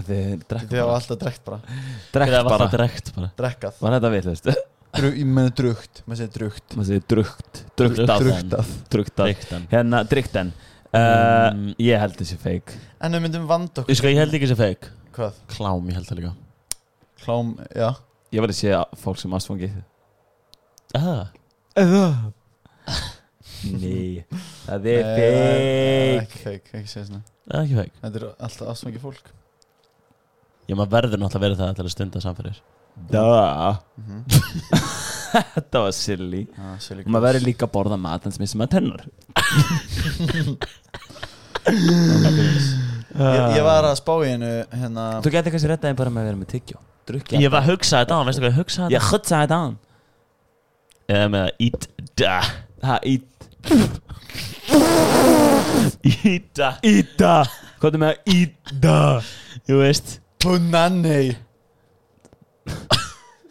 S1: Þið drekk
S3: Þið hafa alltaf drekt bara
S1: drekk
S2: Það var
S1: bara
S2: það direkt bara
S3: Drekkað
S1: Var þetta vitlaust? (laughs)
S3: Dru, Ég meni drugt, maður segir drugt
S1: Maður segir drukt Druktað
S3: Druktað.
S1: Druktað
S2: Reyktan
S1: Hérna, dryktan uh,
S2: Mm.
S1: Ég held þessi feik
S3: En við myndum vand
S2: Ég
S3: okkur
S2: sko, ég held ekki sem feik
S3: Hvað?
S2: Klám, ég held það líka
S3: Klám, já
S1: Ég var að sé að fólk sem ástfangið
S2: Ah,
S1: Nei Það
S3: Nei,
S1: er feik
S3: Eh, Ekki feik, ekki segja svona
S2: það er ekki feik
S3: Þetta er alltaf aðsvangi fólk
S2: Já, maður verður náttúrulega verið það til að stunda samfyrir
S1: Da (laughs) Þetta var silly
S3: ah, silly
S1: Og maður
S3: goose.
S1: verður líka að borða mat hans missum að (laughs) tennur
S3: ég, ég var að spá í hennu hérna
S1: Þú getur kannski rettaði bara með að vera með tyggjó Drukja
S2: Ég var að hugsa þetta á, veistu hvað ég hugsa þetta?
S1: Ég hutsa þetta án
S2: Eða með að eat da
S1: Ha, ít
S2: Eat da
S1: Íta Hvað er með að íta
S2: Jú veist
S3: Bunanei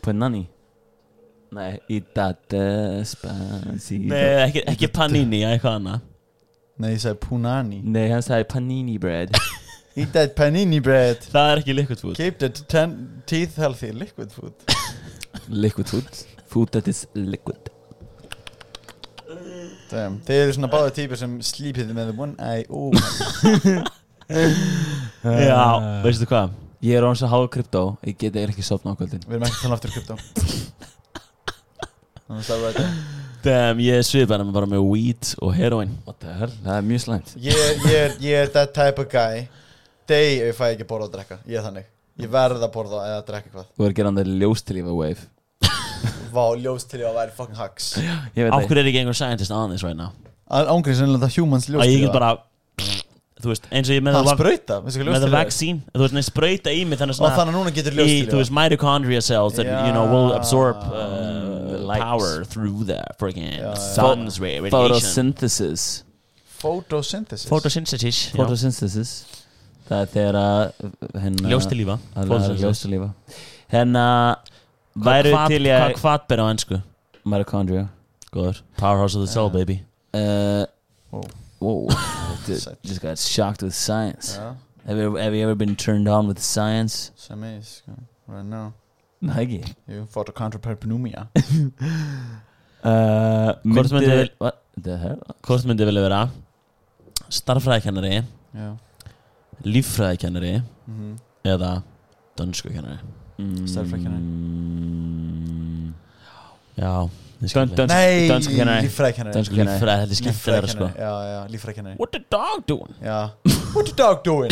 S1: På nanni Nei, íta despacito
S2: Nei, ekki, ekki panini, já, eitthvað annað
S3: Nei, ég sagði punani
S1: Nei, hann sagði panini
S2: (laughs)
S1: bread
S3: Eat that panini bread
S2: Það er ekki liquid food
S3: Keep the ten teeth healthy liquid food
S1: Liquid food Food that is liquid
S3: Damn. Þeir eru svona báði típur sem slípið með the one eye Ooh.
S2: Já, veistu hvað?
S1: Ég er orðins að háða kryptó Ég get eiginlega ekki sofna á kvöldin
S3: Við erum ekki að tala aftur um krypto Þannig að stað right there
S2: Damn, ég er svipar en bara með weed og heroin
S1: What the hell? Það er mjög slæmt
S3: ég, ég, er, ég er that type of guy Day ef ég ekki að borða og drekka Ég er þannig Ég verð að borða eða drekka eitthvað
S1: Þú er að gera hann það ljós til lífa wave
S3: Vá, ljós til ég að væri fucking hacks
S1: Ég veit
S2: Af
S1: það
S2: hverju er ekki einhver scientist on this right now?
S3: Ángri sem landa humans ljós
S2: Að
S3: til
S2: ég get bara Þú veist, eins og ég með
S3: Það
S2: það var-
S3: sprauta veistu hvað ljós
S2: með
S3: til
S2: það
S3: ég er?
S2: vaccine Þú veist, neð sprauta í mig þannig
S3: Og
S2: svona
S3: þannig að núna getur ljós
S2: Í,
S3: til
S2: þú
S3: ég
S2: veist, mitochondria cells that, you know, will absorb uh,
S1: Lights.
S2: power through the freaking
S3: Já, já.
S2: sun's ray, radiation
S1: Photosynthesis
S3: Photosynthesis
S2: Photosynthesis já.
S1: Photosynthesis Það er þegar að hérna,
S2: Ljós til lífa
S1: að læra Ljós til lífa Hérna Væru til
S2: Hvað
S1: ég
S2: hvað ber á ennsku?
S1: Mitochondria
S2: Góður Powerhouse of the cell, baby
S1: Uh,
S3: Whoa.
S2: (laughs)
S1: Whoa. Dude,
S3: Such-
S1: just got shocked with science.
S3: Já,
S1: Have, you, have you ever been turned on with science?
S3: sem ég sko Right now
S1: Nægi.
S3: You fought a contrapneumonia
S1: Uh,
S2: Hvort myndi-
S1: myndi... What the hell?
S2: Hvort myndi vilja vera starffræðikennari
S3: Já
S2: líffræðikennari
S3: Mhm.
S2: eða dönskukennari
S3: Stærðfræðikennari.
S1: Mm,
S2: Já, ég skil
S1: Dön-
S2: þig.
S3: Nei,
S1: Dönsku kennari.
S3: líffræðkennari
S1: Dönsku kennari.
S2: Líffræði, þetta er skemmtilega sko
S3: Líffræðkennari, Já, já, líffræðkennari
S2: What the dog doing?
S3: Já What the dog doing?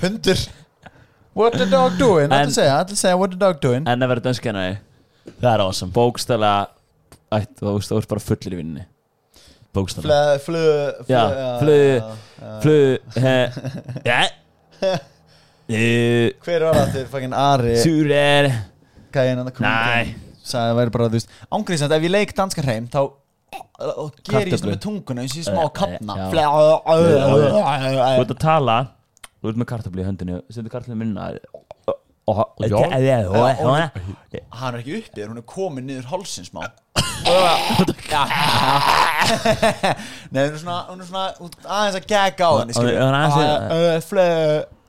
S3: Hundur What the dog
S1: En-
S3: doing? Ætla að segja, ætla að segja what the dog doing
S1: En að vera dönskennari
S2: Það er awesome
S1: Bókstæla Ætt, þú veist, þú ert bara fullir í vinninni
S2: Bókstæðan
S3: Fle, flu, flu
S1: Já, flu-
S3: flu
S1: Flu he- (laughs) Ja. Uh,
S3: Hver var það til fucking Ari
S1: Súr er
S3: Gæinn hann að koma
S1: Nei.
S3: Sæði væri bara, þú veist Ángriðsand, ef ég leik danska hreim Þá og ger ég
S1: Kartöflu.
S3: svona með tunguna eins og ég smá að kapna
S1: Já.
S3: Fle-
S1: Þú ert að tala Þú ert með kartabli í höndinu Setur kartabli minna Og
S3: Já.
S1: já
S3: Hann er ekki uppið, hún er komin niður hálsin
S1: (laughs)
S3: smá Nei, hún er svona, hún er svona hún er aðeins að gegga á henni
S1: Hún- hún er aðeins að-
S3: skilur Fle,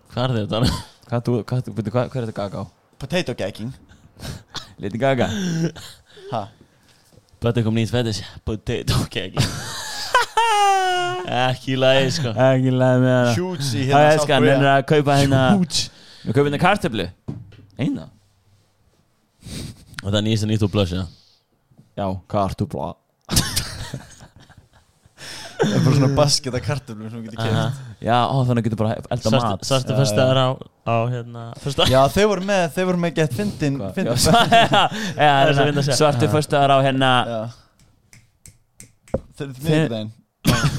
S2: Hvað er þetta?
S1: Hvað þú, hvað þú, veitu, hvað, hvað er þetta gaga á?
S3: potato gagging
S1: Liti gaga
S3: Ha,
S2: Bötta kom nýtt fetis Potato
S3: (laughs)
S2: cake Ekki í lagi sko
S1: Ekki læði með hana
S3: huge í
S1: Það
S3: hérna
S1: er elskan,
S3: Korea.
S1: henn er að kaupa hérna
S3: Huge
S1: Við kaupa hérna kartöflu Eina
S2: Og það er nýjast að nýtt úr blush, já
S1: Já, kartöfla
S3: Það er bara svona basket af kartöflum sem hún getur kæft
S1: Já, ó, þannig getur bara elda mat
S2: Svartu fyrstaðar á Á hérna Fyrstaðar
S3: Já, þau voru með, þau voru með gett fyndin
S2: (laughs)
S1: Já,
S3: fyndin-
S1: (laughs) svar- Já,
S2: er
S1: hérna,
S2: svo fyndið að segja.
S1: Svartu föstuðar á hérna
S3: Já Þau
S1: (laughs)
S3: eru miðvikudaginn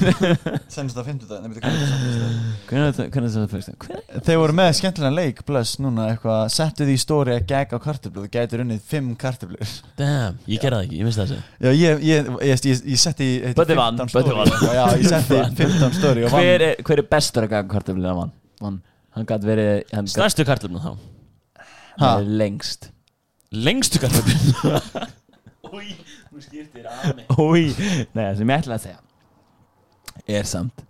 S3: Sennist það fimmtudaginn, nefnir hvað er það
S1: Hvernig er þetta svartu föstuðar?
S3: Þeir voru með skemmtilega leik bless núna eitthvað Settu því í stóri að gegg á kartöflu Þú gætir unnið fimm kartöflur
S2: Damn, ég gerði það ekki, ég misti það sér
S3: Já ég, ég, ég, ég, ég setti heitir
S1: Böddi vann,
S3: 15
S1: Böddi
S3: story.
S1: vann.
S3: Já, já, ég setti 15 stóri og vann
S1: Hver er- hver er bestur að gaga kartöflu af hann? Hann- Hann gæti verið Hann gat
S2: Stærstu kartlumna þá
S3: Ha?
S1: verið lengst
S2: Lengstu kartlumna Új, nú skiptir að mig
S1: Új, neða sem ég ætla að segja Er samt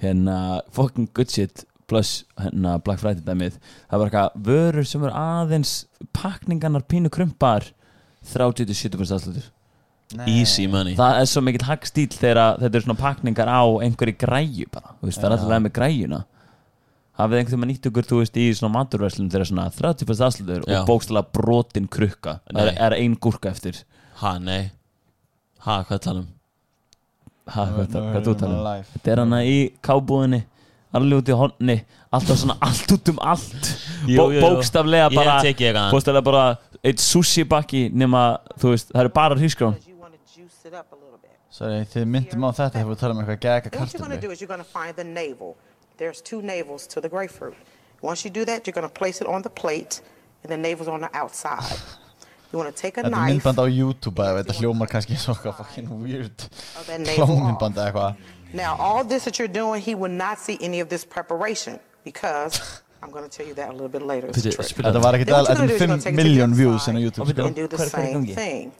S1: Hérna, fucking good shit Plus, hérna, Black Friday dæmið Það var eitthvað vörur sem eru aðeins Pakningarnar pínu krumpar 30-70% afslutur
S2: Easy money
S1: Það er svo mikill hagstýl þegar að þetta eru svona pakningar á einhverju græju bara Þú veist, það er alltaf leið með græjuna Hafið einhvern veginn nýtt ykkur, þú veist, í svona maturverslum þegar svona 30% afslutur
S2: Já.
S1: og bókstala brotin krukka Það er,
S2: Nei.
S1: er ein gúrka eftir
S2: Ha, nei Ha, hvað um? talum?
S1: Ha, hvað, hvað, hvað þú talar um?
S3: Life.
S1: Þetta er hana í kábúðinni Allir út í honni Alltaf svona allt út um allt
S2: Jú,
S1: Bó,
S2: jú, jú.
S1: Bókstaflega
S2: Ég
S1: bara
S2: tek ég eitthvað annað.
S1: Bókstaflega bara Eitt sushi bakki Nema þú veist Það eru bara hrískrón
S7: you want to juice it up a little bit.
S3: Sorry, þið myndum á þetta Þegar við tala um eitthvað gegg á
S7: What you're going to
S3: kartöflu
S7: do is you're going to find the navel. There's two navels to the grapefruit. Once you do that, you're going to place it on the plate, and the navel's on the outside. You want to take a
S3: Þetta er
S7: knife
S3: myndband á YouTube eða þetta hljómar kannski eins og eitthvað fucking weird (laughs)
S7: of that navel off.
S3: klámyndband eða eitthvað
S7: Now, all this that you're doing, he will not see any of this preparation because I'm going to tell you that a little bit later. It's a trick.
S3: Þetta var ekkert
S7: Then what
S3: alveg,
S7: you're gonna
S3: þetta er 5 million
S7: do is you're gonna take it to the other
S3: views
S7: side
S3: inn á YouTube
S7: and
S3: sko.
S7: do the same thing.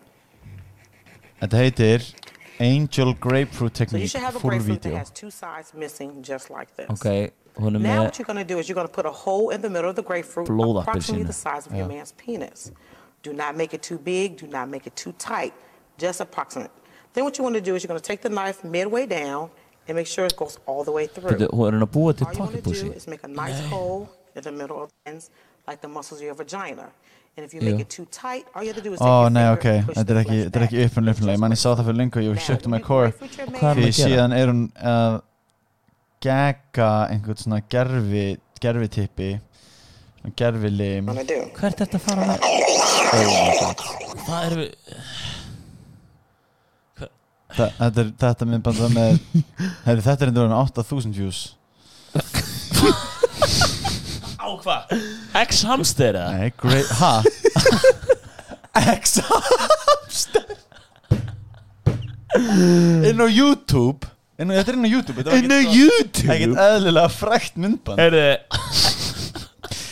S3: Þetta heitir Angel grapefruit
S7: So you
S3: technique
S7: should have a
S3: Full
S7: grapefruit that
S3: video
S7: has two sides missing, just like this.
S1: Ok, hún er
S7: Now
S1: með
S7: what you're going to do is you're going to put a hole in the middle of the grapefruit,
S1: Blóð
S7: approximately
S1: appelsínu.
S7: the size of your
S1: Já.
S7: man's penis. Do not make it too big. Do not make it too tight. Just approximate. Then what you want to do is you're going to take the knife midway down and make sure it goes all the way through.
S1: Bíddu, hún er að búa til
S7: All you want to
S1: pocketpussy.
S7: do is make a nice hole in the middle of the ends, like the muscles of your vagina. And if you
S3: Jú.
S7: make it too tight, all you have to do is take
S3: Ó,
S7: your
S3: nei,
S7: finger
S3: ok,
S7: and push
S3: þetta er
S7: the
S3: ekki,
S7: flesh
S3: þetta er ekki uppinlega uppinlega, ég manni sá það fyrir lengur, ég shook to my core
S7: Hvað er hún að
S3: Því
S7: gera?
S3: síðan er hún að gegga einhvern svona gerfi, gerfitippi, svona gerfilim
S7: Wanna do.
S2: Hvert er þetta að fara með? Hvað erum við
S3: Þa- Þetta er þetta minn bara með
S7: (laughs)
S3: Herri, þetta er endur 8000 views
S2: Á hvað? X-hamster
S3: (laughs)
S2: eða?
S3: Nei, great, ha? X-hamster Inn á YouTube Inn á, Þetta er inn á YouTube þetta var
S8: Inn á
S3: ekkert svo-
S8: YouTube?
S3: Ekkert eðlilega frækt myndband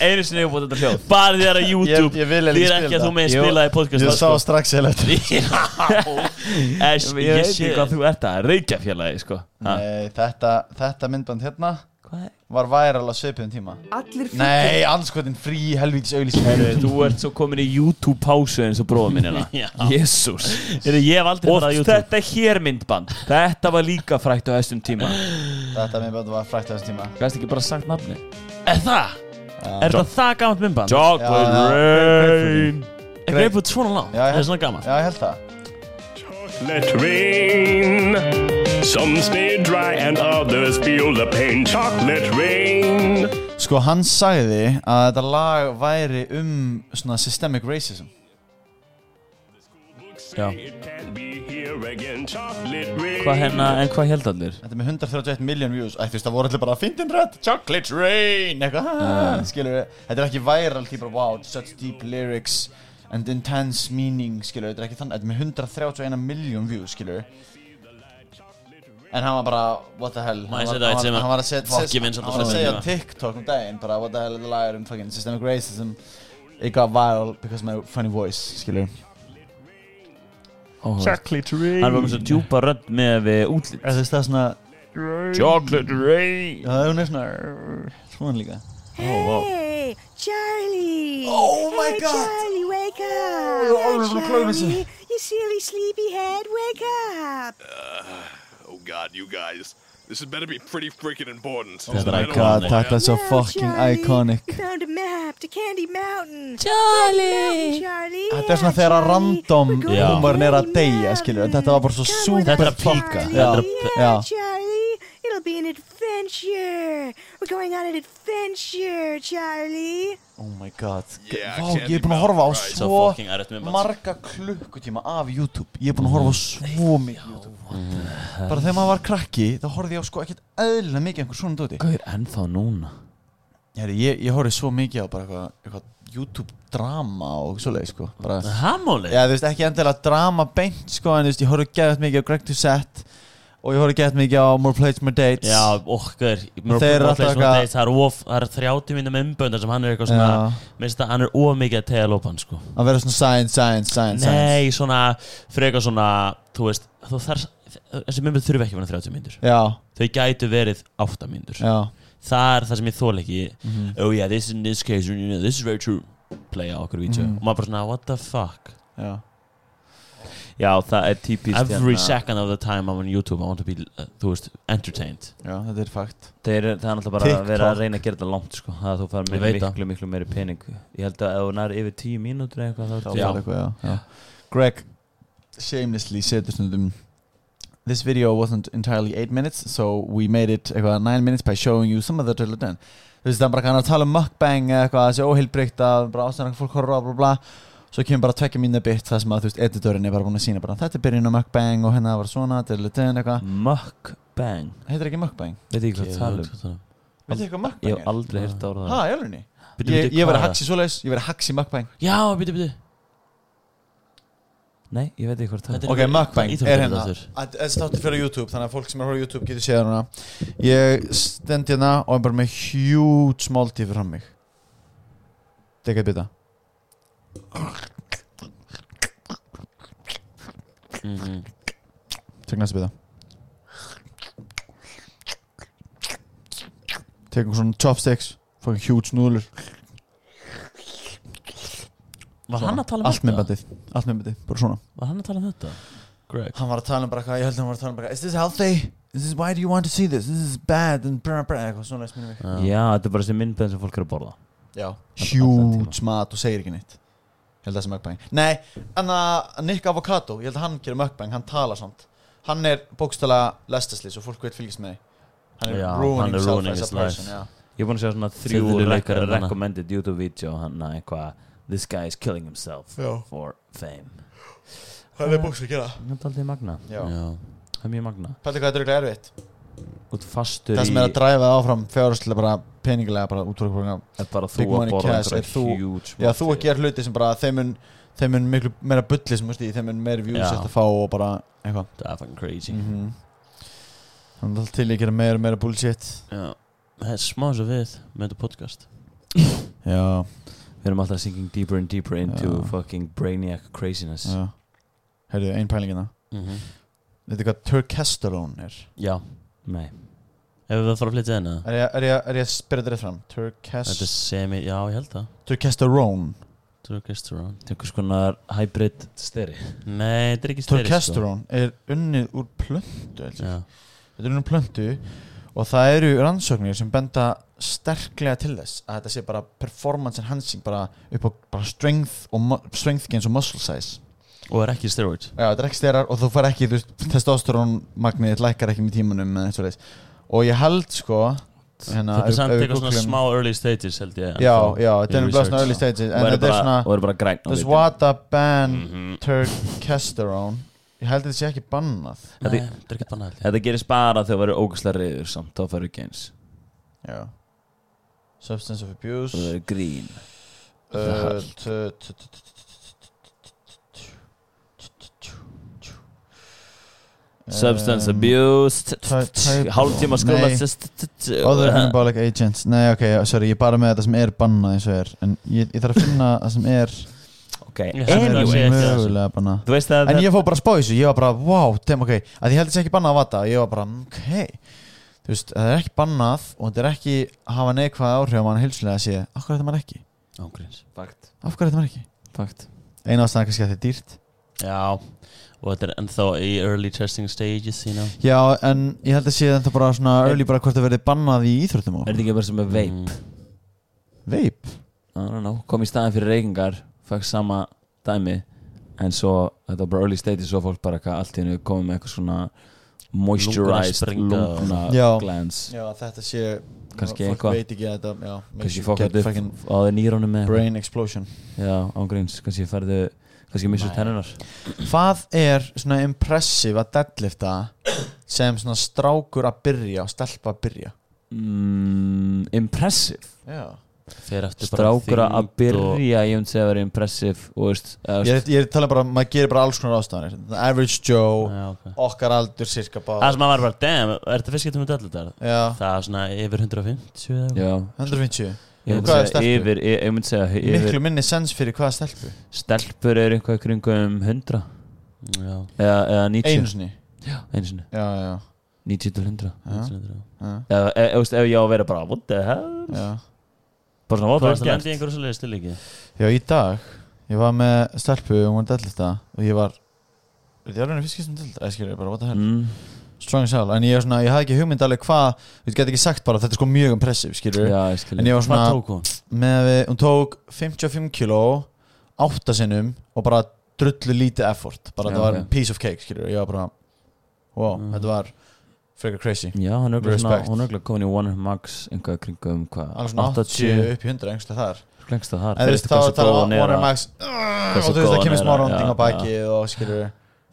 S8: Einu sinni upp á þetta hljóð
S2: Bara þér að YouTube
S3: Ég- ég vil eiginlega
S2: Þér
S3: spila
S2: ekki að
S3: það.
S2: þú meginn
S3: Jú,
S2: spila í podcast sko.
S3: Ég sá strax eða eftir
S2: Ég
S8: Ég veit
S2: sé
S8: ekki hvað þú ert að reykja fjarlægi sko Ha?
S3: Nei, þetta, þetta myndband hérna
S2: Hvað?
S3: Var væral á svipiðum tíma
S9: Allir
S3: Nei, anskotin frí helvítis
S8: Heyrðu,
S3: auðlýsing
S8: Þú ert svo komin í YouTube pásu eins og bróðum
S1: hérna.
S8: minna
S2: (laughs) Já.
S8: Jésús
S2: Heyrðu, Ég hef aldrei
S8: Og
S2: farið á YouTube
S8: þetta hér myndband Þetta var líka frækt á þessum tíma
S3: Þetta myndband var frækt á þessum tíma
S8: Gæst ekki bara sagt nafni
S2: Er það? Er þetta það gammalt myndband?
S8: Chocolate
S3: Já, já.
S8: Rain
S2: Er Grapefruit svona langt?
S3: Já, já.
S2: Það er svona gammalt
S3: Já, ég held það
S4: Let rain. Some stay dry and others feel the pain. Chocolate rain.
S3: Sko hann sagði að þetta lag væri um svona systemic racism
S2: Já.
S4: It can be here again. Chocolate rain.
S2: Hvað hérna, en hvað held allir?
S3: Þetta er með 131 million views Æ, þú veist, það voru allir bara Fyndin rödd, chocolate rain Eitthvað, uh. skilur Þetta er ekki viral típar Wow, such deep lyrics And intense meaning, skilur Þetta er ekki þannig Þetta er með 131 million views, skilur En hann var bara, what the hell Hann
S2: Má ég
S3: var-
S2: setja eitt
S3: hann
S2: sem
S3: var-
S2: er
S3: Hann var að set-
S2: fucking
S3: set-
S2: vinsælt á
S3: hann var að
S2: þessum
S3: segja
S2: tíma.
S3: á TikTok um daginn Bara, what the hell, þetta lag er um fucking systemic racism It got viral because of my funny voice, skilur
S8: Chocolate Rain
S2: Hann var með svo djúpa rödd með við útlit
S3: Eða þú veist það er svona
S8: Chocolate Rain
S3: Það er hún er svona Svona líka
S9: Hey, Charlie!
S3: Oh my
S9: hey,
S3: God.
S9: Charlie, wake up!
S3: Oh, I was gonna close myself.
S9: Charlie, you silly sleepyhead, wake up!
S4: Oh God, you guys. This is better be pretty freaking important.
S2: Þetta er
S4: I don't want
S2: iconic.
S3: Þetta er svo
S9: No,
S3: fucking
S9: Charlie,
S3: iconic
S9: You found a map to Candy Mountain. Mountain,
S2: Charlie
S9: Charlie.
S3: Þetta er svona þegar að random
S2: Já.
S3: humorinn er að deyja skilur en þetta var bara svo
S2: Þetta
S3: super
S2: er að píka.
S3: Já,
S2: Þetta er að-
S3: já
S9: Yeah, Charlie, it'll be an adventure. We're going on an adventure, Charlie.
S3: Oh my god
S4: Yeah,
S3: Vá,
S4: can't
S3: ég er búin
S4: be
S3: að horfa á
S4: mountain
S2: Svo
S3: svo
S2: fucking erfitt myndband.
S3: marga klukkutíma af YouTube Ég er búin að horfa á svo mikið YouTube Bara þegar maður var krakki þá horfði ég á sko ekkert eðlilega mikið einhver svona dóti
S1: Gauður ennþá núna
S3: Heri, Ég, ég horfði svo mikið á bara eitthvað, eitthvað YouTube drama og svoleið sko bara
S2: Hamóli?
S3: Já, þú veist, ekki endilega drama beint, sko, en þú veist, ég horfði gæðt mikið á Greg Doucette og ég horfði gæðt mikið á More Plates, More Dates.
S2: Já, okkur
S3: Þeir eru alltaf eitthvað-
S2: Það er of, það er 30 minnum umböndar sem hann er eitthvað svona
S3: Já.
S2: Minnst að hann er of mikið að tegja lópan sko
S3: Að vera svona science, science, science,
S2: Nei, svona, frekar svona, þú veist, þú þarf, þessi myndbönd þurfi ekki að vera 30 myndur
S3: science. Já,
S2: Þau gætu verið 8 myndur
S3: já.
S2: það er það sem ég þól ekki oh yeah this in this case you know, this is very true play á okkur vítjó
S3: Mm.
S2: og maður bara svona what the fuck
S3: Já.
S8: Já, það er típist
S1: hérna-
S2: every
S3: hérna.
S2: second of the time I'm on YouTube I want to be uh, þú veist entertained
S3: já, þetta er fakt.
S1: Það er, það er náttúrulega bara að vera
S3: TikTok.
S1: að reyna að gera þetta langt sko Það að þú fara
S2: Ég
S1: með
S2: veit
S1: miklu,
S2: það.
S1: miklu, meiri pening Ég held að ef þú nær yfir tíu mínútur eða eitthvað þá
S3: Það
S1: ertu-
S3: var eitthvað, já. já. Greg shamelessly setur stundum This video wasn't entirely 8 minutes, so we made it eitthvað 9 minutes by showing you some of the drill then. Þú veist, það er bara hann er að tala um mukbang eða eitthvað, þessi óheilbrygt að bara ástæðan að fólk horfa á, bla bla Svo kemur bara tvekja mínu bit það sem að, þú veist, editorinn er bara búin að sína bara Þetta er byrjun á mukbang og hennar var svona, drill then eitthvað
S1: Mukbang
S3: Heitir ekki mukbang?
S1: Veit ekki hvað það tala um
S3: Veit þið eitthvað
S1: Ég
S3: mukbang
S1: hef
S3: er?
S1: aldrei hirt á orða
S3: um? Ha, ég alveg ný
S2: Bíddu,
S3: Ég, ég
S2: bíddu, hvað
S3: verið að
S2: er
S1: um.
S3: haxi svoleiðis, ég verið að haxi mukbang
S2: það? já, byrju, byrju
S1: Nei, ég veit ekki hvað það
S2: Þetta
S1: tala
S2: er-
S3: Ok, mukbang er hérna
S2: Íþróttaþáttur.
S3: Að- Þessi þáttur fyrir á YouTube Þannig að fólk sem er að horfa á YouTube getur séð hérna Ég stend hérna og er bara með huge máltíð fram mig Dekka eitt bita
S2: Mhm.
S3: Tekna Næsta bita Tekum svona chopsticks Fucking huge núðlur
S2: Var
S3: Svona.
S2: hann að tala um
S3: Allt með bandið Allt með bandið Bara svona
S2: Var hann að tala um þetta? Greg
S3: Hann var að tala um bara eitthvað Ég held að hann var að tala um bara eitthvað, Is this healthy? Is this why do you want to see this? This is bad and blah blah Eitthvað svona leist minnum mig
S1: Já, þetta er bara þessi myndbæðin sem fólk er að borða
S3: Já Huge mat og segir ekki neitt Ég held að það sem mukbang Nei, en að Nick Avocado Ég held að hann gerir mukbang Hann talar samt Hann er bókstala lestaslis og fólk veit fylgist með því Hann er
S1: Já,
S3: ruining
S1: hann er
S3: himself
S1: ruining
S3: as a
S1: his
S3: person, já.
S1: life Ég er búin að sjá svona þrjú
S2: Þriðju
S1: rec-
S2: leikari þarna.
S1: recommended YouTube video hann að eitthvað This guy is killing himself
S3: Já.
S1: for fame
S3: Hvað er bókstala að gera?
S1: Hann er aldrei magna
S3: Já.
S1: Það er mjög magna
S3: Pæli hvað þetta er örugglega erfitt
S1: Út fastur
S3: Það sem er að dræfa það áfram fjárhastlega bara peningilega bara út úr okkur
S1: Er bara þú
S3: Big
S1: að
S3: money
S1: borða
S3: cash,
S1: einhverja
S3: er þú-
S1: huge
S3: Já, þú að gera hluti sem bara þeim mun, þeim mun miklu meira bulli sem þú veist í þeim mun meira views
S2: Já.
S3: þetta fá og bara eitthvað
S2: Það er fucking crazy
S3: mm -hmm. Þannig að til ég gera meira og meira bullshit
S2: Já Það er smá svo við með þetta podcast
S3: Já,
S1: Við erum alltaf sinking deeper and deeper into
S3: Já.
S1: fucking brainiac craziness
S3: já Herðu, ein pælingina
S2: mm
S3: Þetta er hvað Turkesterone er
S2: Já
S1: Nei
S2: Ef við þarfum að flytja inn að
S3: Er ég, er ég, er ég að spyrja þetta rétt fram?
S2: Þetta er
S3: Turkest,
S2: semi Já, ég held það
S3: Turkesterone
S2: Turkesterone
S1: Þetta er einhvers konar hybrid steri
S2: Nei, þetta er ekki styrir
S3: Turkesterone er unnið úr plöntu held ég.
S2: Já
S3: Þetta er unnið úr plöntu og það eru rannsóknir sem benda sterklega til þess að þetta sé bara performance enhancing bara upp á bara strength, og, mu- strength gains og muscle size
S2: Og er ekki steroid
S3: Já, þetta er ekki styrar og þú fær ekki þú veist, testosterón magnið lækkar ekki með tímanum eða eitthvað leis og ég held sko hérna,
S2: Þetta er
S3: ef-
S2: samt
S3: ef við
S2: eitthvað svona
S3: googlum-
S2: smá early stages held ég
S3: Já,
S2: ennþá
S3: já,
S2: í
S3: þetta er bara svona
S2: research.
S3: early stages en
S1: Og eru
S3: þetta er
S1: bara,
S3: svona
S1: og eru bara græn á
S3: Does
S1: litinn.
S3: WADA ban
S2: Mhm.
S3: Turkesterone Ég held að þetta sé ekki bannað
S2: Nei, þetta er ekki bannað held ég
S1: Þetta gerist bara þegar verður ógæslega reyður samt Þá færðu ekki eins
S3: Já Substance of
S1: Þú
S3: abuse
S1: verður grín
S3: uh, t- t- t- t-
S1: Substance
S3: Um,
S1: abuse
S3: ty- type-
S1: Hálftíma skróla
S3: Nei. Other
S1: uh,
S3: anabolic agents Nei, ok, já, sorry, ég er bara með þetta sem er bannað eins og er En ég, ég þarf að finna það sem er
S1: Ok,
S2: Ég
S3: sem er
S2: Anyway.
S1: anyway
S3: Mögulega bannað
S1: Þú veist að
S3: En ég fór bara að spá í þessu, ég var bara, wow, damn, ok að Ég held þessi ekki bannað að vata, ég var bara, ok Þú veist, það er ekki bannað og þetta er ekki að hafa neikvæð áhrif á mann heilsulega að sé, af hverju þetta maður ekki?
S2: Ángríns
S1: Fakt,
S3: Af hverju þetta maður ekki?
S1: fakt
S3: Einu ástæðan kannski að þetta er dýrt
S2: Já Og þetta er ennþá í early testing stages you know.
S3: Já, en ég held að sé þetta bara svona early bara hvort það verði bannað í íþróttum og
S1: Er þetta ekki bara sem með
S2: Mm.
S1: vape?
S3: Veip
S1: I don't know Kom í staðin fyrir reykingar Fæk sama dæmi En svo, þetta var bara early stages Svo fólk bara eitthvað allt í hennu komið með eitthvað svona Moisturized
S2: Lungnasprengja.
S1: lungna
S3: Já.
S1: glands
S3: Já, þetta sé
S1: Kannski
S3: fólk
S1: eitthvað.
S3: veit ekki að þetta, já
S1: Kanski
S3: maybe
S1: fokk
S3: get
S1: þetta
S3: fucking
S1: upp á því nýrónum með eitthvað.
S3: Brain explosion
S1: Já, ángríns, kannski færðu Kannski missur tennunar
S3: Hvað er svona impressive að deadlifta sem svona strákur að byrja og stelpa að byrja?
S1: mm, Impressive
S3: Já
S2: Fer eftir bara
S1: Strákura að
S2: þyngd og-
S1: byrja Ég myndi segja að vera impressive Og veist, eða,
S3: Ég
S1: veist
S3: er, ég er talað bara, maður gerir bara alls konar ástafanir Average Joe,
S2: Já, ok
S3: okkar aldur, cirka bá
S2: Það sem að var bara, damn, er þetta fyrst getum við allir þetta?
S3: Já,
S2: Það er svona yfir 150 eða eitthvað.
S1: Já,
S3: 150
S1: ég
S3: Og
S1: myndi
S3: hvað er
S1: segja
S3: stelpur?
S1: yfir Ég, ég myndi segja yfir
S3: Miklu minni sens fyrir hvaða stelpu
S1: Stelpur er eitthvað í kringum 100
S2: Já,
S1: Eða, eða 90
S3: Einu sinni
S1: Einu sinni
S3: Já, já,
S1: 90 til 100
S3: já,
S2: 100 og-
S3: já,
S1: Eða, eða, eða, veist, ef ég á að vera bara What the hell
S3: já.
S1: Bara svona,
S2: Þú
S1: what
S2: varst að
S1: the
S2: lenda í
S1: hell
S2: einhverju svolítið stilíki
S3: Já, í dag Ég var með stelpu og hún var deadlifta Og ég var Þetta er alveg fiskist um deadlifta Ég skilur ég bara, what the hell
S1: Mm,
S3: Strong as hell En ég, er svona, ég hafði ekki hugmynd alveg hvað Við getum ekki sagt bara Þetta er sko mjög impressive, skilur
S1: já, ég skil
S3: En ég var
S2: Hvað
S3: svona
S2: tók hún?
S3: með að við Hún tók 55 kilo Átta sinnum Og bara drullu lítið effort Bara
S1: Já,
S3: þetta var
S1: ok.
S3: piece of cake, skilur Ég var bara Wow,
S2: Mm.
S3: þetta var Frekar crazy
S1: Já, hann er örugglega svona-
S3: Respect.
S1: hún er örugglega komin í One Max einhvað kringum hvað
S3: Alveg svona 80 upp í 100 Engslega þar
S1: Lengst að það
S3: En þú veist þá Það var Warner Max Og
S1: Hversu
S3: þú veist
S1: góð
S3: það
S1: hún
S3: kemur
S1: er,
S3: smá
S1: já,
S3: ronding á
S1: já.
S3: bakið Og skilur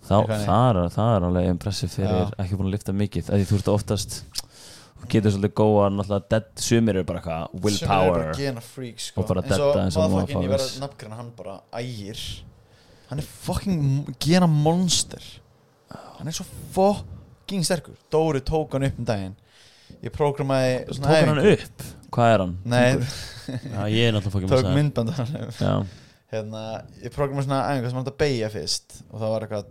S1: Þá,
S3: Eitthvað
S1: það, er, það er alveg impressive fyrir ekki búin að lifta mikið af Því þú ert oftast þú getur svolítið góða náttúrulega dead, sumir eru bara eitthvað
S3: Sem er
S1: willpower
S3: bara gena freak sko
S1: Og bara
S3: Eins
S1: dedda eins og
S3: motherfucking ég verða
S1: motherfuckers.
S3: að nafngrina hann bara ægir Hann er fucking gena monster Hann er svo fucking sterkur Dóri tók hann upp um daginn Ég prógramaði
S1: Tók hann upp? Hvað er hann?
S3: Nei,
S2: Já, ég er náttúrulega
S3: (laughs)
S2: fokkin
S3: tók
S2: missa
S3: myndband af hann
S1: Já,
S3: Hérna, ég prógramaði svona æfingu sem hann átti að beigja fyrst Og það var eitthvað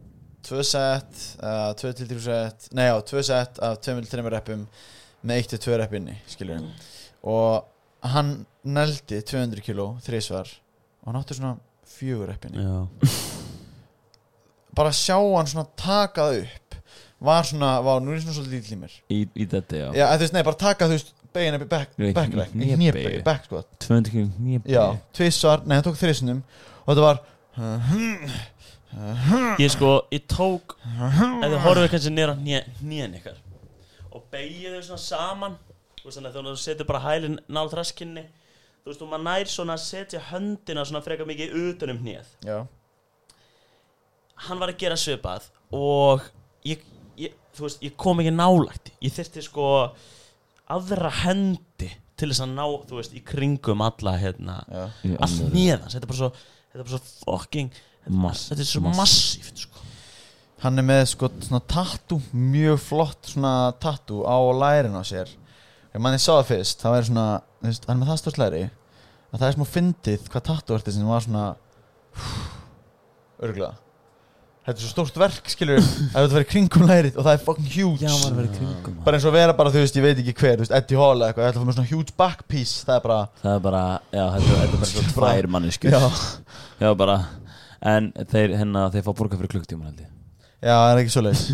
S3: tvö set uh, tvö til þrjú set, nei já, tvö set af tveimil þreimur reppum með eitt til tvö repp inni, skilur við og hann neldi 200 kilo þrísvar og hann átti svona fjögur repp inni bara sjá hann svona taka það upp var svona, vá, nú er ég svona svolítið lítill í mér
S1: Í, í þetta, já
S3: já, eða þú veist, nei, bara taka þú veist begin upp í back,
S1: Nei,
S3: backleg,
S1: hnébeygju.
S3: nýjabegi, back squat
S1: 200 kíl nýjabegi
S3: já, tvissar, nei, hann tók þrísunum og þetta var
S2: Ég sko, ég tók Ef þið horfið kannski nýra nýjan ykkar Og beigið þau svona saman Þú veist þannig að þú setur bara hælin nált raskinni Þú veist, og maður nær svona að setja höndina svona frekar mikið utan um hnið
S3: já,
S2: Hann var að gera svipað Og ég, ég, þú veist, ég kom ekki nálægt Ég þyrfti sko aðra hendi til þess að ná, þú veist, í kringum alla hérna,
S1: Í
S2: allt
S1: alvöru.
S2: nýðans Þetta er bara svo, þetta er bara svo fucking Þetta er svo massíft sko
S3: hann er með sko svona tattoo, mjög flott svona tattoo á lærin á sér ef manni sá það fyrst, það væri svona þú veist, hann er með það stórt læri að það er smá fyndið hvað tattoo ertu sem var svona (sighs) örgla þetta er svo stórt verk, skilur við að þetta verið kringum lærið og það er fucking huge
S1: Já, maður verið kringum
S3: bara eins og vera bara, þú veist, ég veit ekki hver þú veist, Eddie Hall eða eitthvað, ég ætla að fá með svona huge back piece það er bara,
S1: Það er bara, já, þetta þetta er bara svo tvær mannesku
S3: Já.
S1: Já, bara En þeir, hérna, þeir fá borga fyrir klukktíma held ég
S3: já, það er ekki svo leis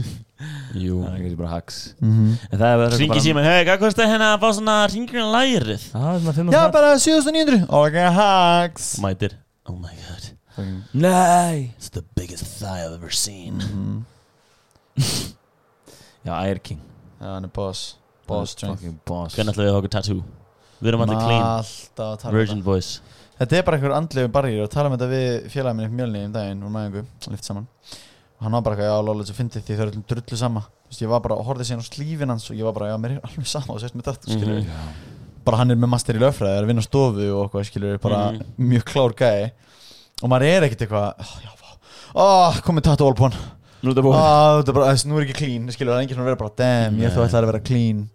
S1: Jú Það er ekki bara hacks
S3: Mhm.
S1: En það er
S2: Ringi síma, hei, hvað kosti hérna að fá svona ringur á lærið?
S1: Það er svona 5
S3: já, bara 7900 ok, hacks
S2: Mætir, oh my god
S1: Nei
S2: It's the biggest thigh I've ever seen
S3: Mm-hmm.
S1: Já, Air King
S3: já, hann er boss, boss strength
S1: Fucking Boss
S2: Hvernig ætlum við að fá okkur tattoo? Við erum allir clean,
S3: alltaf að tala um
S2: virgin voice
S3: þetta þetta er bara einhver andlegu bargir og tala um þetta við félagin minn upp mjölni um daginn úr mæðingu, lift saman og hann var bara eitthvað, já, lóla, þessu fyndið því þau eru allir drullu sama þú veist, ég var bara, horfði síðan á slífin hans og ég var bara, já, mér er alveg sama og sérst með þetta, skilur
S2: Mhm.
S3: bara hann er með master í lögfræði, er að vinna á stofu og okkur, skilur, bara
S2: Mhm.
S3: mjög klár gæi og maður er ekkert eitthvað "Ah, já, vá, oh, komið tattoo all pón
S1: Nú er þetta búið
S3: Ah, þetta er bara, þess, nú er ekki clean skilur, það er enginn svona að vera bara, damn, ég þú
S2: Nei.
S3: ætlaði að vera clean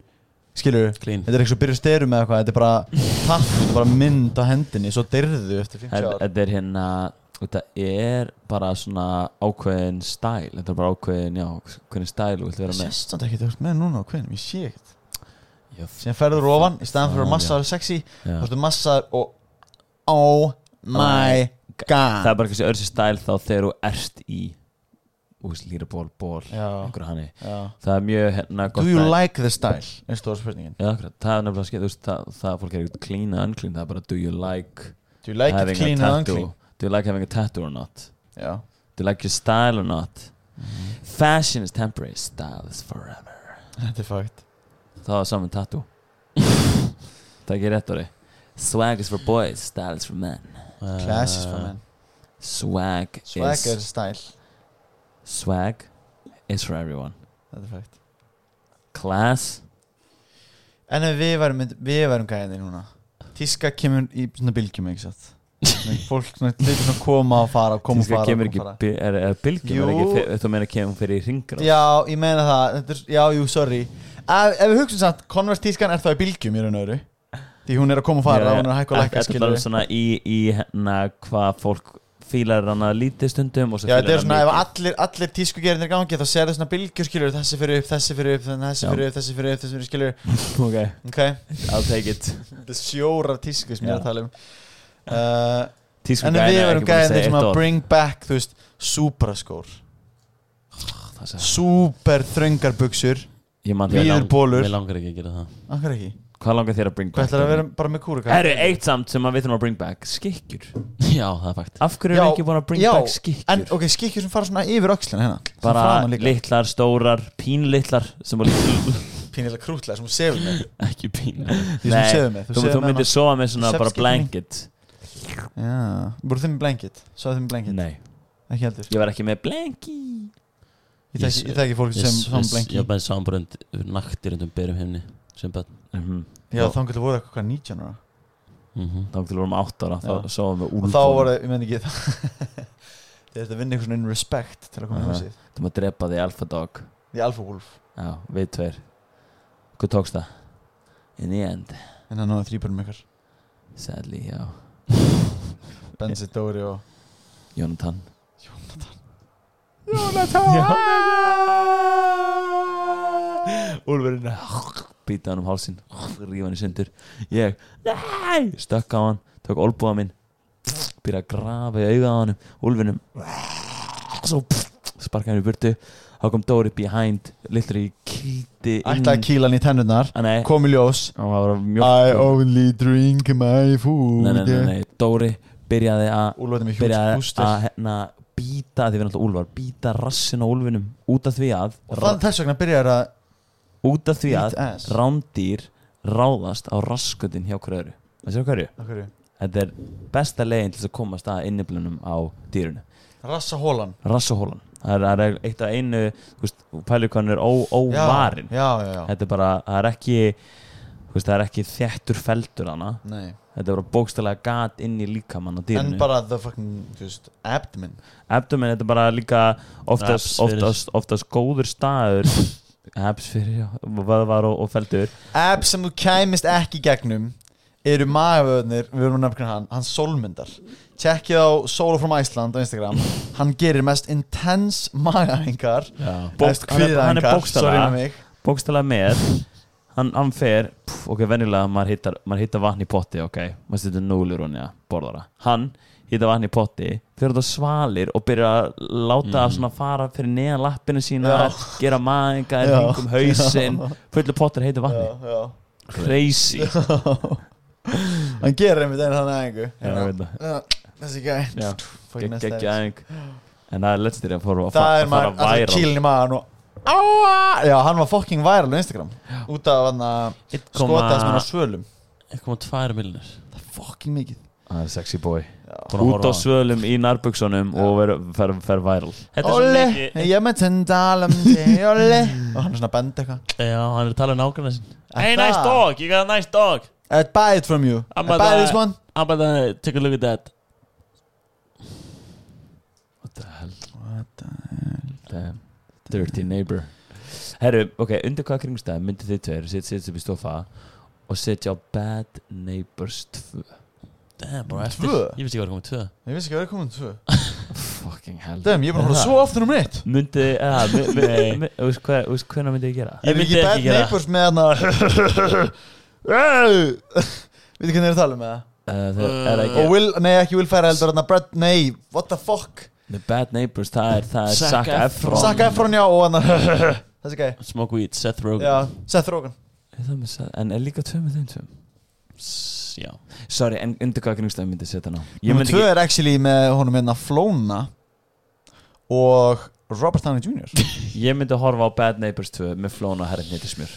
S3: skilur,
S2: Clean.
S3: þetta er ekki svo byrjuð styrum eða eitthvað, þetta er bara tatt, þetta er bara mynd á hendinni, svo dyrðu eftir 50
S1: Þetta
S3: ár
S1: þetta er hérna Þetta er bara svona ákveðin stæl Þetta er bara ákveðin, já, hvernig stæl þú vilt vera með
S3: sérst þannig ekki þú ert með núna á kveðinum, ég sé ekkert
S1: Já,
S3: síðan ferður ofan, í staðan fyrir
S1: Já,
S3: að massa er sexy,
S1: Já.
S3: þú ertu massa og oh my god
S1: Það er bara eitthvað sem örsi stæl þá þegar þú ert í Úst, lýra ból, ból
S3: Já.
S1: Einhverju hannig
S3: Já.
S1: Það er mjög hérna
S3: do you
S1: dæmi.
S3: like the style, er stóra spurningin
S1: Já, akkurat, það er nefnilega skemmt, þú veist, það, það fólk er ekkert clean eða unclean, það er bara do you like
S3: do you like it
S1: having
S3: clean
S1: a
S3: and
S1: tattoo,
S3: unclean
S1: do you like having a tattoo or not,
S3: já, (laughs)
S1: do you like your style or not,
S3: Mhm.
S1: fashion is temporary, style is forever.
S3: þetta er fakt
S1: Það var saman
S3: (laughs)
S1: tattoo. það er ekki rétt orði. Swag is for boys, style is for men.
S3: classes
S1: Uh,
S3: for men,
S1: Swag,
S3: swag er
S1: is,
S3: style
S1: swag is for everyone.
S3: þetta er fakt
S1: Class,
S3: En ef við værum, mynd- við værum gæðinni núna Tíska kemur í svona bylgjum ekki satt Svona
S1: (laughs)
S3: Fólk svona hlutir svona koma og fara og koma og
S1: tíska
S3: fara,
S1: kemur
S3: og
S1: ekki,
S3: koma og
S1: bi- er, er bylgjum, er
S3: Jú.
S1: ekki, fe- þú meina kemur fyrir ringra.
S3: fara. Já, ég meina það Þetta er, Já, jú, sorry Ef, ef við hugsaum samt, Converse tískan er þá í bylgjum í raun og öru Því hún er að koma og fara, hún er að hækka og lækka
S1: Þetta er bara
S3: skilur
S1: svona í, í hérna hvað fólk fílar hann að lítið stundum og svo
S3: Já, þetta
S1: fílar
S3: er svona, ef
S1: mikið.
S3: allir, allir tískugerinir gangi þá sér það svona bylgjur skilur Þessi fyrir upp, þessi fyrir upp, þannig þessi
S1: Já.
S3: fyrir upp, þessi fyrir upp, þessi fyrir upp skilur
S1: Ok,
S3: Ok,
S1: I'll take it
S3: þetta er sjórar tísku sem ég er
S1: Já.
S3: að tala um uh,
S1: Tísku
S3: En
S1: gæinn
S3: við
S1: er
S3: verum
S1: ekki búin að
S3: gæðinni
S1: segja
S3: sem
S1: eitt
S3: að
S1: orð.
S3: bring back, þú veist, súpraskór
S1: Það sagði-
S3: Súper þröngar buksur
S1: Ég man
S3: Víðir
S1: því
S3: lang- bólur.
S2: Mér langar ekki að gera það (laughs)
S3: Akkur ekki
S1: Hvað langar þér að bring
S3: Hvað
S1: back?
S3: ætlar að vera bara með kúrukall?
S1: Herru, eitt samt sem að við þurfum að bring back Skikkjur
S2: Já, það er fakt
S1: Af hverju erum við ekki búin að bring back skikkjur?
S3: En ok, skikkjur sem fara svona yfir öxlina hérna
S1: Bara
S3: framan líka.
S1: litlar, stórar, pínlitlar sem að
S3: Pínilega krútlega sem hún sefur
S1: (laughs)
S3: með
S2: Ekki pína
S3: Því sem hún sefur með
S1: þú, þú
S3: sefur með
S1: myndir sofa með svona
S3: Þú
S1: bara
S3: sefst ekki
S1: blanket
S3: hana. Já Voru þið með blanket? Svo þið með blanket?
S1: Nei,
S3: Ekki heldur
S1: ég var ekki með blanky
S3: Ég þekki- Ég þekki fólk sem svona blanket
S2: Ég bæði sambrönd naktir undir berum himni sem bætt
S1: mm -hmm.
S3: Já, þá getur voru eitthvað 19 ára
S1: Þá til vorum átt ára,
S3: Já.
S1: þá sofum við
S3: Og
S1: úlfum
S3: þá (laughs) voru, ég menn ekki það Þið ert að vinna einhvern veginn respect til að koma í
S1: Aha.
S3: húsið
S1: Þú maður drepa því alfa dog
S3: Því alfa wolf
S1: Já, við tveir Hvað tókst það? In the end,
S3: En hann náði þrýbörnum ykkar
S1: sadly, já
S3: Benzi, Dóri og
S1: Jónatan Úlfurinn Býta hann um hálsin Rífa hann í sundur Ég Nei Stökk á hann Tók olbúða minn Býra að grafa í auga á hann Úlfurinn Svo Sparka hann í burtu Þá kom Dóri behind Lillur í kýti
S3: Ætlaði að kýla hann í tennurnar
S1: Nei
S3: Kom í ljós
S1: Hann var að
S3: I
S1: mjólk
S3: only drink my food
S1: Nei, nei, nei, nei Dóri byrjaði að
S3: Úlfur er með hjúts
S1: Byrjaði
S3: búster.
S1: að hérna Býta Því við erum alltaf úlfar Býta rassin á úlfinum Út af því að
S3: Og þann þess vegna byrjar að
S1: út af því að
S3: Eat ass.
S1: rándýr ráðast á raskutin hjá hverju öðru. Þessi á hverju?
S3: Af hverju?
S1: Þetta er besta leiðin til þess að komast að inniblunum á dýrunu.
S3: Rassa hólan
S1: Rassahólan. Það er, það er eitt af einu, þú veist, pælíkan er ó- óvarin.
S3: Já, já, já, já.
S1: Þetta er bara, það er ekki, þú veist, það er ekki þjættur feldur hana.
S3: Nei.
S1: Þetta er bara bókstælega gat inn í líkamann á dýrunu.
S3: En bara the fucking just, abdomen
S1: Abdomen, þetta er bara líka oftast,
S2: Abs fyrir.
S1: oftast, oftast góður
S3: (laughs)
S1: staður. Abs fyrir, já, vöðvar og, og feldur.
S3: Abs sem þú kæmist ekki í gegnum eru magavöðnir, við erum að nefna hann hann sólmyndar, tjekkið á Solo from Iceland á Instagram hann gerir mest intense magahengar mest
S1: Hann er- hann er
S3: kviðahengar
S1: bókstaflega-
S3: sorry með mig
S1: bókstælega með hann, hann fer, pff, ok, venjulega maður hittar, maður hittar vatn í potti, ok maður setur núlur hún, já, borðara hann hittar vatn í potti, fyrir þetta svalir og byrjar að láta að svona fara fyrir neðan lappinu sína,
S3: Mm. Já.
S1: gera maðinga
S3: Já.
S1: hringum hausinn,
S3: Já.
S1: fullu pottur heitir vatni,
S3: Já, já.
S1: crazy
S3: (laughs) hann gerir einmitt einu hann aðingu
S1: ég veit það.
S3: þessi gæ
S1: Já.
S3: Fucking
S1: Gegg-
S3: næsta
S1: geggjað
S3: aðeins.
S1: æfing. en það er lettstyrir að fara að
S3: það er
S1: fara
S3: maður alltaf
S1: væra
S3: kýlin í maðan og Áa! Já, hann var fucking viral á Instagram út af hann að skota sem hann á svölum
S2: 1,2 miljonir
S3: það er fucking mikið
S1: það er sexy boy,
S2: Búin
S1: út
S2: að horfa
S1: á
S2: á hann.
S1: svölum í nærbuksunum og ver- fer, fer væral
S2: Þetta er svo
S3: Óli,
S2: mikið
S3: ég er með tindalandi, óli Og hann er svona að benda eitthvað
S2: Já, hann er að tala um nákvæmlega sin Hey,
S3: það?
S2: nice dog, you got a nice dog
S3: I'd buy it from you,
S2: I'm
S3: I'd buy
S2: gonna-
S3: this one
S2: I'm about to take a look at that
S1: Damn. Dirty neighbor Herru, ok, undir hvaða kringstæð myndir þið tveir sit- sitja upp í stofa og sitja á Bad Neighbors 2
S2: Damn, bara eftir
S3: Tvö?
S2: Ég veist ekki hvað er komið tvö
S3: Ég vissi ekki að það er komin tvö
S1: Fucking hell
S3: Dem, ég er bara að horfa svo aftur um rétt
S1: Myndið, eða, my- my-
S2: Nei.
S1: my- þú veist hvað- þú veist hvenær myndið ég gera?
S2: Ég
S3: Er
S2: myndi
S3: ekki
S2: ekki
S3: bad
S2: gera það.
S3: neighbors með hann að (laughs) Veitir hvernig ég er að tala um með það?
S1: Uh, það er
S3: Og
S1: ekki
S3: Will, nei ekki Will Ferrell, heldur hann að Brad, nei, what the fuck
S1: The Bad Neighbors, það er, það er
S2: Zac
S1: Zac Efron
S2: Efron.
S3: Saka Efron já og hann að (laughs) Þessi gæi
S2: Smoke weed, Seth Rogen
S3: Já, Seth Rogen
S1: Er það með Zac- En er líka tvö með þeim tvö
S2: S- Já
S1: Sorry, en undir hvaða kringstæð myndið setja hann á? Ég
S3: Númer
S1: myndi
S3: tvö
S1: ekki
S3: er actually með honum hérna Flóna Og Robert Downey Jr.
S1: Ég myndi horfa á Bad Neighbors 2 með Flóna og Herrin Hittismjör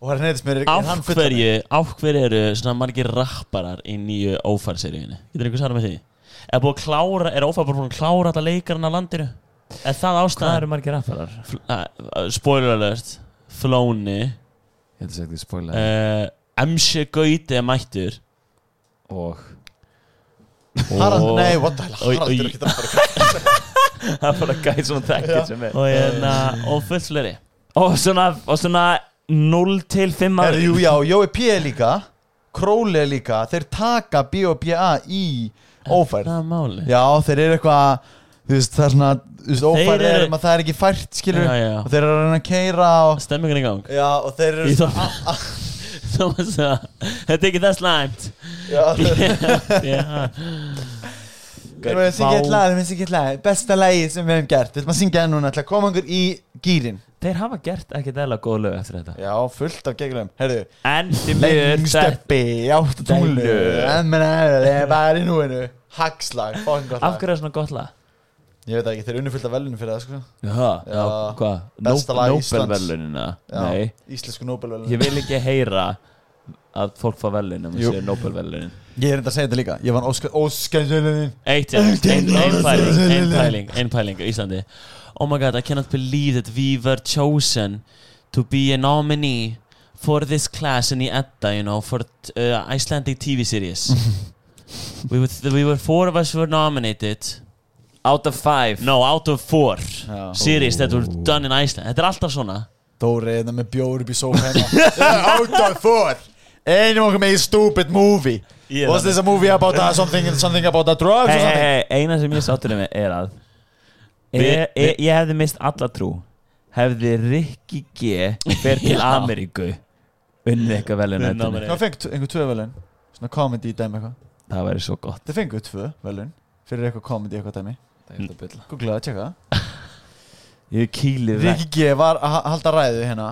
S3: Og hann heitir mér
S2: Af hverju, af hverju eru svona margir rapparar í nýju ófærseríunni? Getur einhver svarað með því? Er búið að klára, er ófær bara búin að klára alltaf leikarinn á landinu? Er það
S1: Hvað eru
S2: ástæðan?
S1: margir affarar?
S2: Fl- að- Spoiler alert Flóni
S1: Ég ætla að segja því spoiler
S2: uh, MC Gauti er mættur
S1: Og
S3: Harald, nei, what the
S2: Oj,
S3: hell Harald
S2: oj.
S3: er ekki það bara
S1: (laughs) Það er bara gæt svona þekkir sem er
S2: og,
S3: Eh.
S2: hérna, og fullt fleiri
S1: Og svona, og svona 0 til 5
S3: Herri, Jú, já, Jói P er líka Króli er líka, þeir taka B.O.B.A. í ófærð
S2: Það er máli
S3: Já, þeir eru eitthvað Þú veist, það er svona, þú veist, ófærð er
S2: eru-
S3: um að það er ekki fært, skilur
S2: Já, já.
S3: Og þeir eru að reyna að keira og
S2: Stemmingan í gang
S3: Já, og þeir eru
S2: Ég þarf
S3: Ah,
S2: (laughs) Thomas, uh, Þetta er ekki það slæmt
S1: (laughs)
S3: Já, þeir
S2: yeah.
S3: Við erum að syngja eitt lag, við erum að syngja eitt lag Besta lagi sem við hefum gert Við erum að syngja það núna, ætla að koma einhver í gýrin
S1: Þeir hafa gert ekkert eðla góð lög eftir þetta
S3: Já, fullt af gegnum Herðu,
S1: En því miður þetta-
S3: lengsteppi, játtu túnlu
S1: Dælu.
S3: En menn er það bara í núinu Hagslag, fókin gott
S1: Af
S3: lag
S1: hverju er svona gott lag?
S3: Ég veit það ekki, þeir eru unnufullt af velunum fyrir það, sko
S1: Já, já,
S3: Já.
S1: hvað?
S3: Besta lag Íslands.
S1: Nobelverlunina
S3: Já,
S1: Nei,
S3: Íslensku Nobelvelun
S1: ég vil ekki heyra að fólk fá velun um að
S3: Jú.
S1: segja Nobelverlunin
S3: Ég er enda að segja þetta líka Ég vann Óskar Óskarsvelunin
S2: Eitt já, ein, ein pæling Ein pæling, ein pæling í Íslandi Oh my god, I cannot believe that we were chosen to be a nominee for this class in the ETA, you know, for uh, Icelandic TV series we, were, we were, four of us were nominated
S1: Out of five Oh.
S2: No, out of four
S3: Já.
S2: series that were done in Iceland Þetta er alltaf svona
S3: Dóri er það með bjóður upp í sófa (laughs) hérna Out of four Einum okkur með í stupid movie
S2: Ég
S3: Was
S2: það
S3: this a movie about a something Something about a drugs or
S1: Hei, hei,
S3: something
S1: hei, eina sem ég sáttur með er að Ég, ég, ég hefði mist alla trú Hefði Rikki G Fer til
S2: (laughs)
S3: Já.
S1: Ameríku Unnið eitthvað vel en
S3: Það fengt einhver tvö velun Svona comedy dæmi eitthvað
S1: Það væri svo gott
S3: Það fengur tvö velun Fyrir eitthvað comedy eitthvað dæmi
S1: Það er þetta bulla.
S3: Googlaðu, tjekka
S1: Ég kýli vekk
S3: Rikki G var að ha- halda ræðu hérna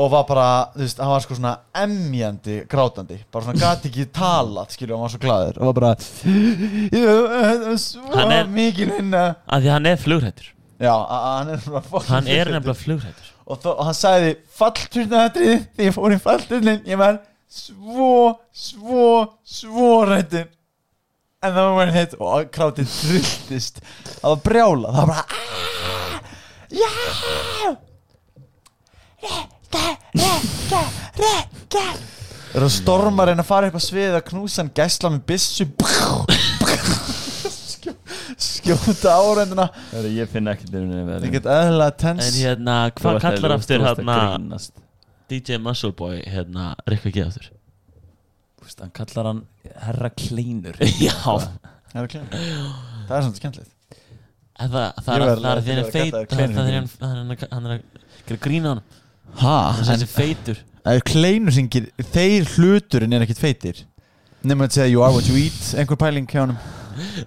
S3: Og var bara, þú veist, hann var sko svona emjandi grátandi Bara svona gati ekki talað, skilur, hann var svo glaður Og var bara "Ég er Svo
S2: Hann er-
S3: mikið hérna
S2: Af því hann er flugrættur
S3: Já, a- a- hann er bara fucking
S2: Hann er
S3: flugræddur.
S2: nefnilega flugrættur
S3: og, þó, og hann sagði fallturnaðatriði því ég fór í fallturnin ég var svo, svo, svo rættur en það var verið hitt og krátið trulltist það var brjála það var bara "Ah, já rekka, rekka, rekka er það stormar en að fara upp á sviðið að knúsa hann gæsla með byssu Skjó- skjóta árendina
S1: Heru, Ég finn ekki til henni
S3: Ég get eðlilega tens
S2: En hérna, hvað
S1: Þú ert
S2: kallar
S1: að-
S2: aftur
S1: þú ert að
S2: hérna
S1: grínast.
S2: DJ Muscle Boy hérna, Rikki G
S1: (laughs)
S2: aftur
S1: Vist, Hann kallar hann herra kleinur
S2: Já.
S3: Það er kleinur. Það er svolítið skemmtilegt
S2: En Það það
S3: Ég
S2: er
S3: verð-
S2: það er því
S3: ég
S2: hann
S3: verð
S2: er
S3: að kalla það
S2: feit Það er
S3: kleinur.
S2: því hann- hann er- hann er að gera grína hann
S3: Ha,
S2: Það er
S3: en-
S2: þessi feitur
S3: Það er kleinur sem ger, þeir hluturinn er ekkit feitir Nefnum að segja you are what you eat Einhver pæling hjá honum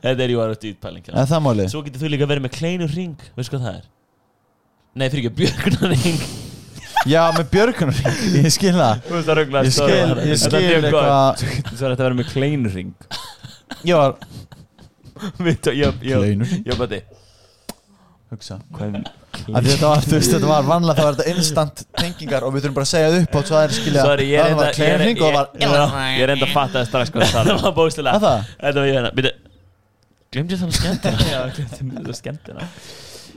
S2: Þetta er jú aðra dýtpæling
S3: Er það málið?
S2: Svo getur þú líka verið með kleinur ring Veist hvað það er? Nei, fyrir ekki, björgunar ring (laughs)
S3: Já, með björgunar (laughs) Ég skil það
S2: Þú veist að rugla,
S3: Ég
S2: sorry.
S3: skil, ég
S2: Þetta er
S3: skil
S2: mjög
S3: eitthvað
S1: Svo er þetta að vera með kleinurring
S3: Ég var
S1: Kleinurring? Já, bæti
S3: Hugsa
S1: Hvað er
S3: að Þetta var, þú veist, þetta var vanlega Það var þetta instant tengingar Og við þurfum bara að segja það upp Og svo það er skilja
S8: Sorry, ég
S2: hérna-
S3: Það var kleinur hring og það var
S8: Ég reynda að fatta það strax hvað
S2: (laughs)
S8: það
S2: Það var bóðslega
S3: Að það?
S2: Þetta var ég hérna Býtu Glemdi það að skemmta (laughs)
S1: Já, glemdi mér það skemmtina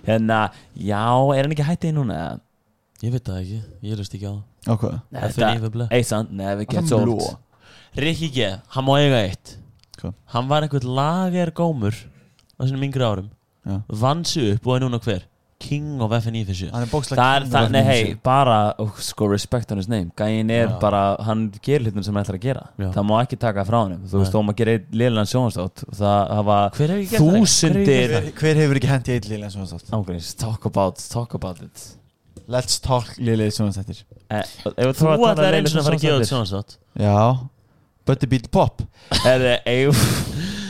S1: Hérna, já, er hann ekki hættið núna? eða?
S2: Ég veit það ekki Ég lust ekki á það
S3: Á hvað?
S2: Það finn ég við blöð
S1: Eysan, never gets
S3: Hann
S1: old
S3: bló.
S2: Rikki G Hann má eiga eitt
S3: Hvað?
S2: Hann var einhvern lager gómur Á sinum yngri árum
S3: Já.
S2: Vann sig upp og er núna hver King of FNI fyrir sig
S3: Hann er bókslega
S1: Það er, það, nei,
S3: kynningar.
S1: hei, bara, ó, sko, respect on his name Gæin er bara, hann gerir hlutin sem hann ætlar að gera
S2: Já.
S1: Það má ekki taka það frá hann Þú veist, þó maður gerir einn liðlan sjónastátt Það hafa
S2: Hver hefur ekki gert
S1: þúsundir
S2: það? Hver hefur ekki gert
S3: Hver- Hver hefur ekki hendi eitt liðlega svona þátt?
S1: Ángurins, talk about, talk about it
S3: Let's talk liðlega svona þáttir
S1: Eh, ef
S2: Þú
S1: ætlar að
S2: allar
S1: tala
S2: eins og
S1: um
S2: að fara að gefa
S1: sjónvarpsþættir.
S2: út svona sátt
S3: Já Butterbeat pop
S1: Herðu, eigum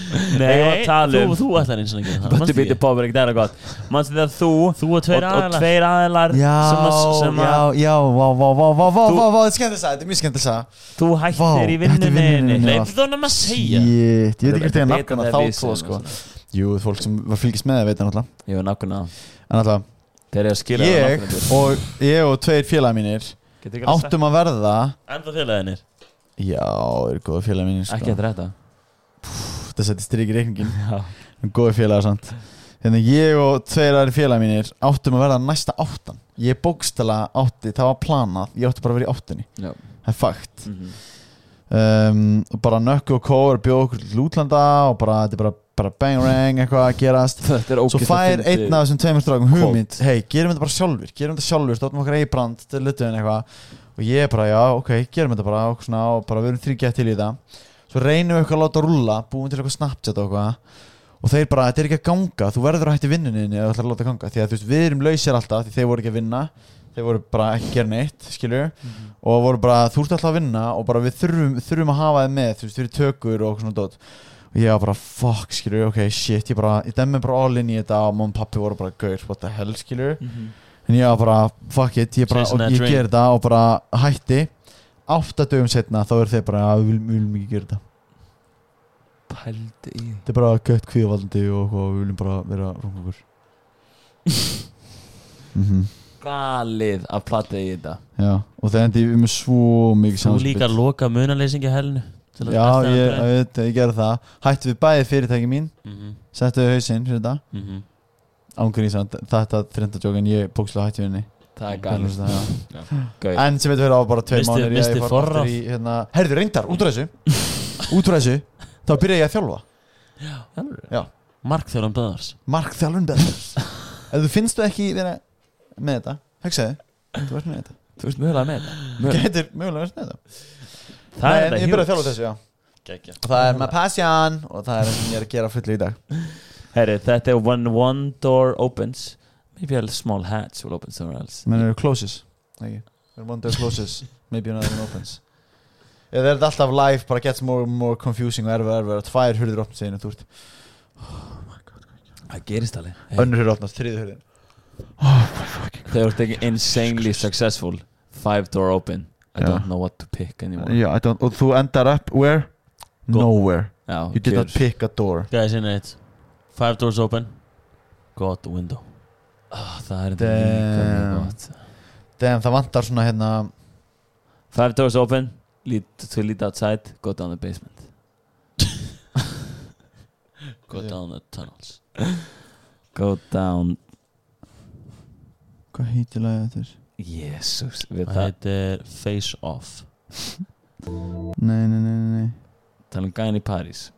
S2: (laughs)
S1: Eigum að tala um
S2: þú, þú allar eins og að gera það
S1: Böttu bíti pop er ekki dæra gott Manstu þegar þú
S2: Þú og tveir
S1: og, og
S2: aðilar.
S1: tveir aðilar
S3: Já,
S1: sem að, sem að
S3: já, já, vá, vá, vá, vá, vá,
S1: Þú-
S3: vá, vá, þetta er skemmt að segja, þetta er mjög skemmt að segja
S1: þú
S3: Vá,
S1: hættir í
S3: þetta er
S1: vinnunni
S3: vinnunni,
S1: þinni.
S3: já.
S2: Leifðu þannig að segja
S3: Shit, ég veit ekki
S1: Þetta er betra
S3: hvort ég að nafna
S1: þegar
S3: þá
S1: við
S3: tvo,
S1: sögum
S3: sko
S1: það
S3: Jú, fólk sem var fylgist með það veit það náttúrulega
S1: Ég var nákvæmna
S3: En náttúrulega,
S1: Þegar ég að skilja
S3: ég og, ég og tveir félagi mínir
S1: Áttum
S3: áttum að verða
S2: Enda félaginir
S3: Já, eru góða félagi mínir,
S1: Ekki
S3: sko
S1: að dræta
S3: Það setti strik í
S1: (laughs)
S3: reikningin Góða félagi, sant Hérna, ég og tveir aðri félagi mínir áttum að verða næsta áttan Ég bókstala átti, það var planað Ég átti bara að vera í áttunni,
S1: Já Mhm.
S3: það er fakt um, og bara nökku og kóður bjóð okkur til útlanda og bara, þetta er bara, bara bang rang eitthvað að gerast
S1: (laughs) Þetta er
S3: svo
S1: ógeðslega
S3: fær
S1: fyndið.
S3: einn af þessum tveimur strákum hugmynd hei, gerum þetta bara sjálfur, gerum þetta sjálfur stóttum okkar eigi brand, þetta er lutuðin eitthvað og ég bara, já, ok, gerum þetta bara og, svona, og bara við erum þrýgjað til í það svo reynum við eitthvað að láta rúlla, búum til eitthvað Snapchat og eitthvað og þeir bara, þetta er ekki að ganga þú verður að hætti vinnuninni eða þú ætlar að láta ganga því að þú veist, við erum lausir alltaf því þeir voru ekki að vinna þeir voru bara ekki að gera neitt, skilur
S2: Mhm.
S3: og voru bara, þú ert alltaf að vinna og bara við þurfum, þurfum að hafa þið með þú veist, við erum tökur og svona dót og ég var bara, fuck, skilur, ok, shit ég bara, ég demmi bara all in í þetta og mamma og pappi voru bara, gaur, what the hell, skilur en ég var bara, fuck it, ég bara og
S2: Mhm. Chasing that
S3: ég
S2: dream.
S3: ger það og bara hætti átta dögum setna, þá eru þeir bara, að við viljum- við viljum ekki gera þetta
S1: Pældi í
S3: þetta er bara gött kvíðavaldandi og, og við viljum bara vera rungungur mhm
S1: Galið að platta í þetta
S3: Já, og það endi við með svo mikið
S2: Þú líka
S3: samspil.
S2: loka munaleysingi helinu
S3: Já, ég, ég, veit, ég gerði það Hættu við bæði fyrirtæki mín
S1: Mhm,
S3: Settu við hausinn fyrir þetta Ángur í samt, þetta þrindadjókan Ég bókslega hætti við henni
S1: Það er
S3: Hvernig
S1: galið
S3: finnst það, já.
S1: Gauð
S3: En sem veitum við á bara tveir
S2: Missti-
S3: mánir
S2: missti forráð.
S3: hérna, Herðu reyndar, út úr
S2: (laughs)
S3: þessu Út úr þessu, þá byrja ég að þjálfa
S2: Mark Þjóran Böðars
S3: Mark þjálfun betur
S2: (laughs)
S3: Ef þú finnst þú ekki vera með þetta Hugsaðu, þú ert
S2: (laughs)
S3: með þetta
S1: Þú veist mögulega með þetta
S3: Þú
S1: Mögulega.
S3: getur mögulega verið með þetta
S2: Það
S3: Nei, en ég byrja að þjálfa þessu, já
S2: Gekkja
S3: Og það er með passion Og það er það sem ég er að gera fullu í dag
S1: Herri, þetta er when one door opens maybe a small hatch will open somewhere else
S3: menn eru closes ekki They're one door closes maybe another one opens eða er þetta alltaf live bara gets more and more confusing og erfið erfið að tvær hurðir opnast í einu þú ert
S1: það gerist alveg
S3: önnur hurð opnast þriði hurðin
S1: They were taking insanely successful five door open I
S3: Já.
S1: don't know what to pick anymore
S3: Já, I don't, og þú endar up where?
S1: Go-
S3: Nowhere
S1: Já,
S3: You did not
S1: kjör.
S3: pick a door
S2: Guys in it Five doors open Go out the window
S1: Ah, Það er þetta líka mjög
S3: Damn,
S1: gott
S3: Damn það vantar svona hérna
S1: Five doors open lead, To lead outside Go down the basement
S2: (laughs) Go down the tunnels
S1: Go down
S3: Hvað heitir lagið þetta er?
S1: Jesus Við
S2: Það
S1: það
S2: heitir Face Off
S3: Nei, nei, nei, nei, nei
S1: Talum gæðin í París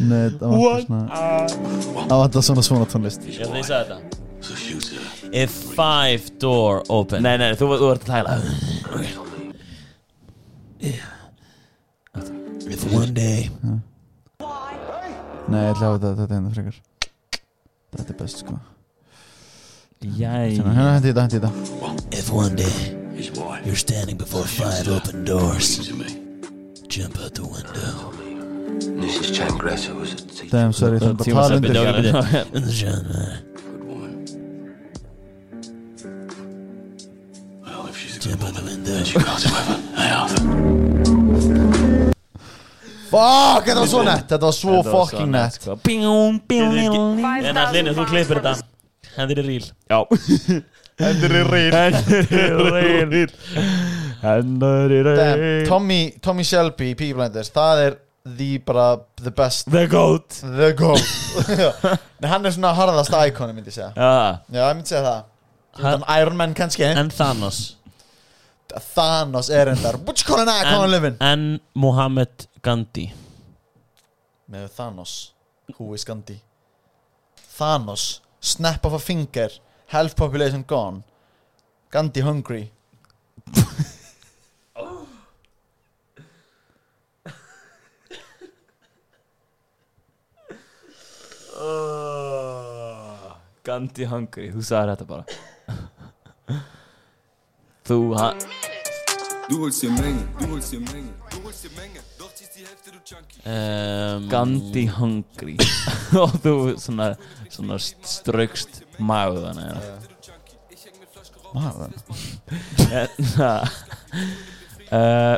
S3: Nei, það vantar svona Það vantar svona svona tónlist
S2: Ég hef því sagði þetta If five door open
S1: Nei, nei, þú, þú ert að tæla
S2: If one day
S3: Nei, ég ætla að hafa þetta, þetta hérna frekar Þetta er best, sko Hérna,
S1: Jæ
S3: hérna, hendi þetta, hendi þetta
S2: If one day You're standing before five open doors Jump out the window
S10: Mrs. Changressa was a teacher.
S3: Damn, sorry, það er bara tala undir
S2: In the genre
S10: Good woman. Well, if she's a
S2: Jump out the window
S10: she calls him up. I have.
S3: Fuck, þetta var svo nett Þetta var svo
S1: Þetta var svo
S3: fucking
S1: nett,
S3: nett
S1: sko. Bing, bing, bing.
S2: En allinni, þú klippir þetta Hendur er ríl
S1: Já Hendur í reyl Hendur í
S3: Damn,
S1: reyl
S3: Tommy, Tommy Shelby í Peaky Blinders Það er the, bara, the best
S1: The goat
S3: The (laughs) GOAT Nei, hann er svona harðast íkoni, myndi ég segja
S1: Já
S3: Já, ég myndi segja það Utan Iron Man kannski
S2: En Thanos
S3: Thanos er endar Butchkonin að koma lifin
S2: En Muhammad Gandhi
S3: Með Thanos Who is Gandhi Thanos Snap of a finger Half population gone Gandhi hungry
S1: Gandhi hungry, þú sagði þetta bara (laughs) Þú ha
S2: um,
S1: Gandhi hungry (laughs) og þú svona, svona straukst hérna. maðurðan
S3: Maður
S1: eða (laughs) uh,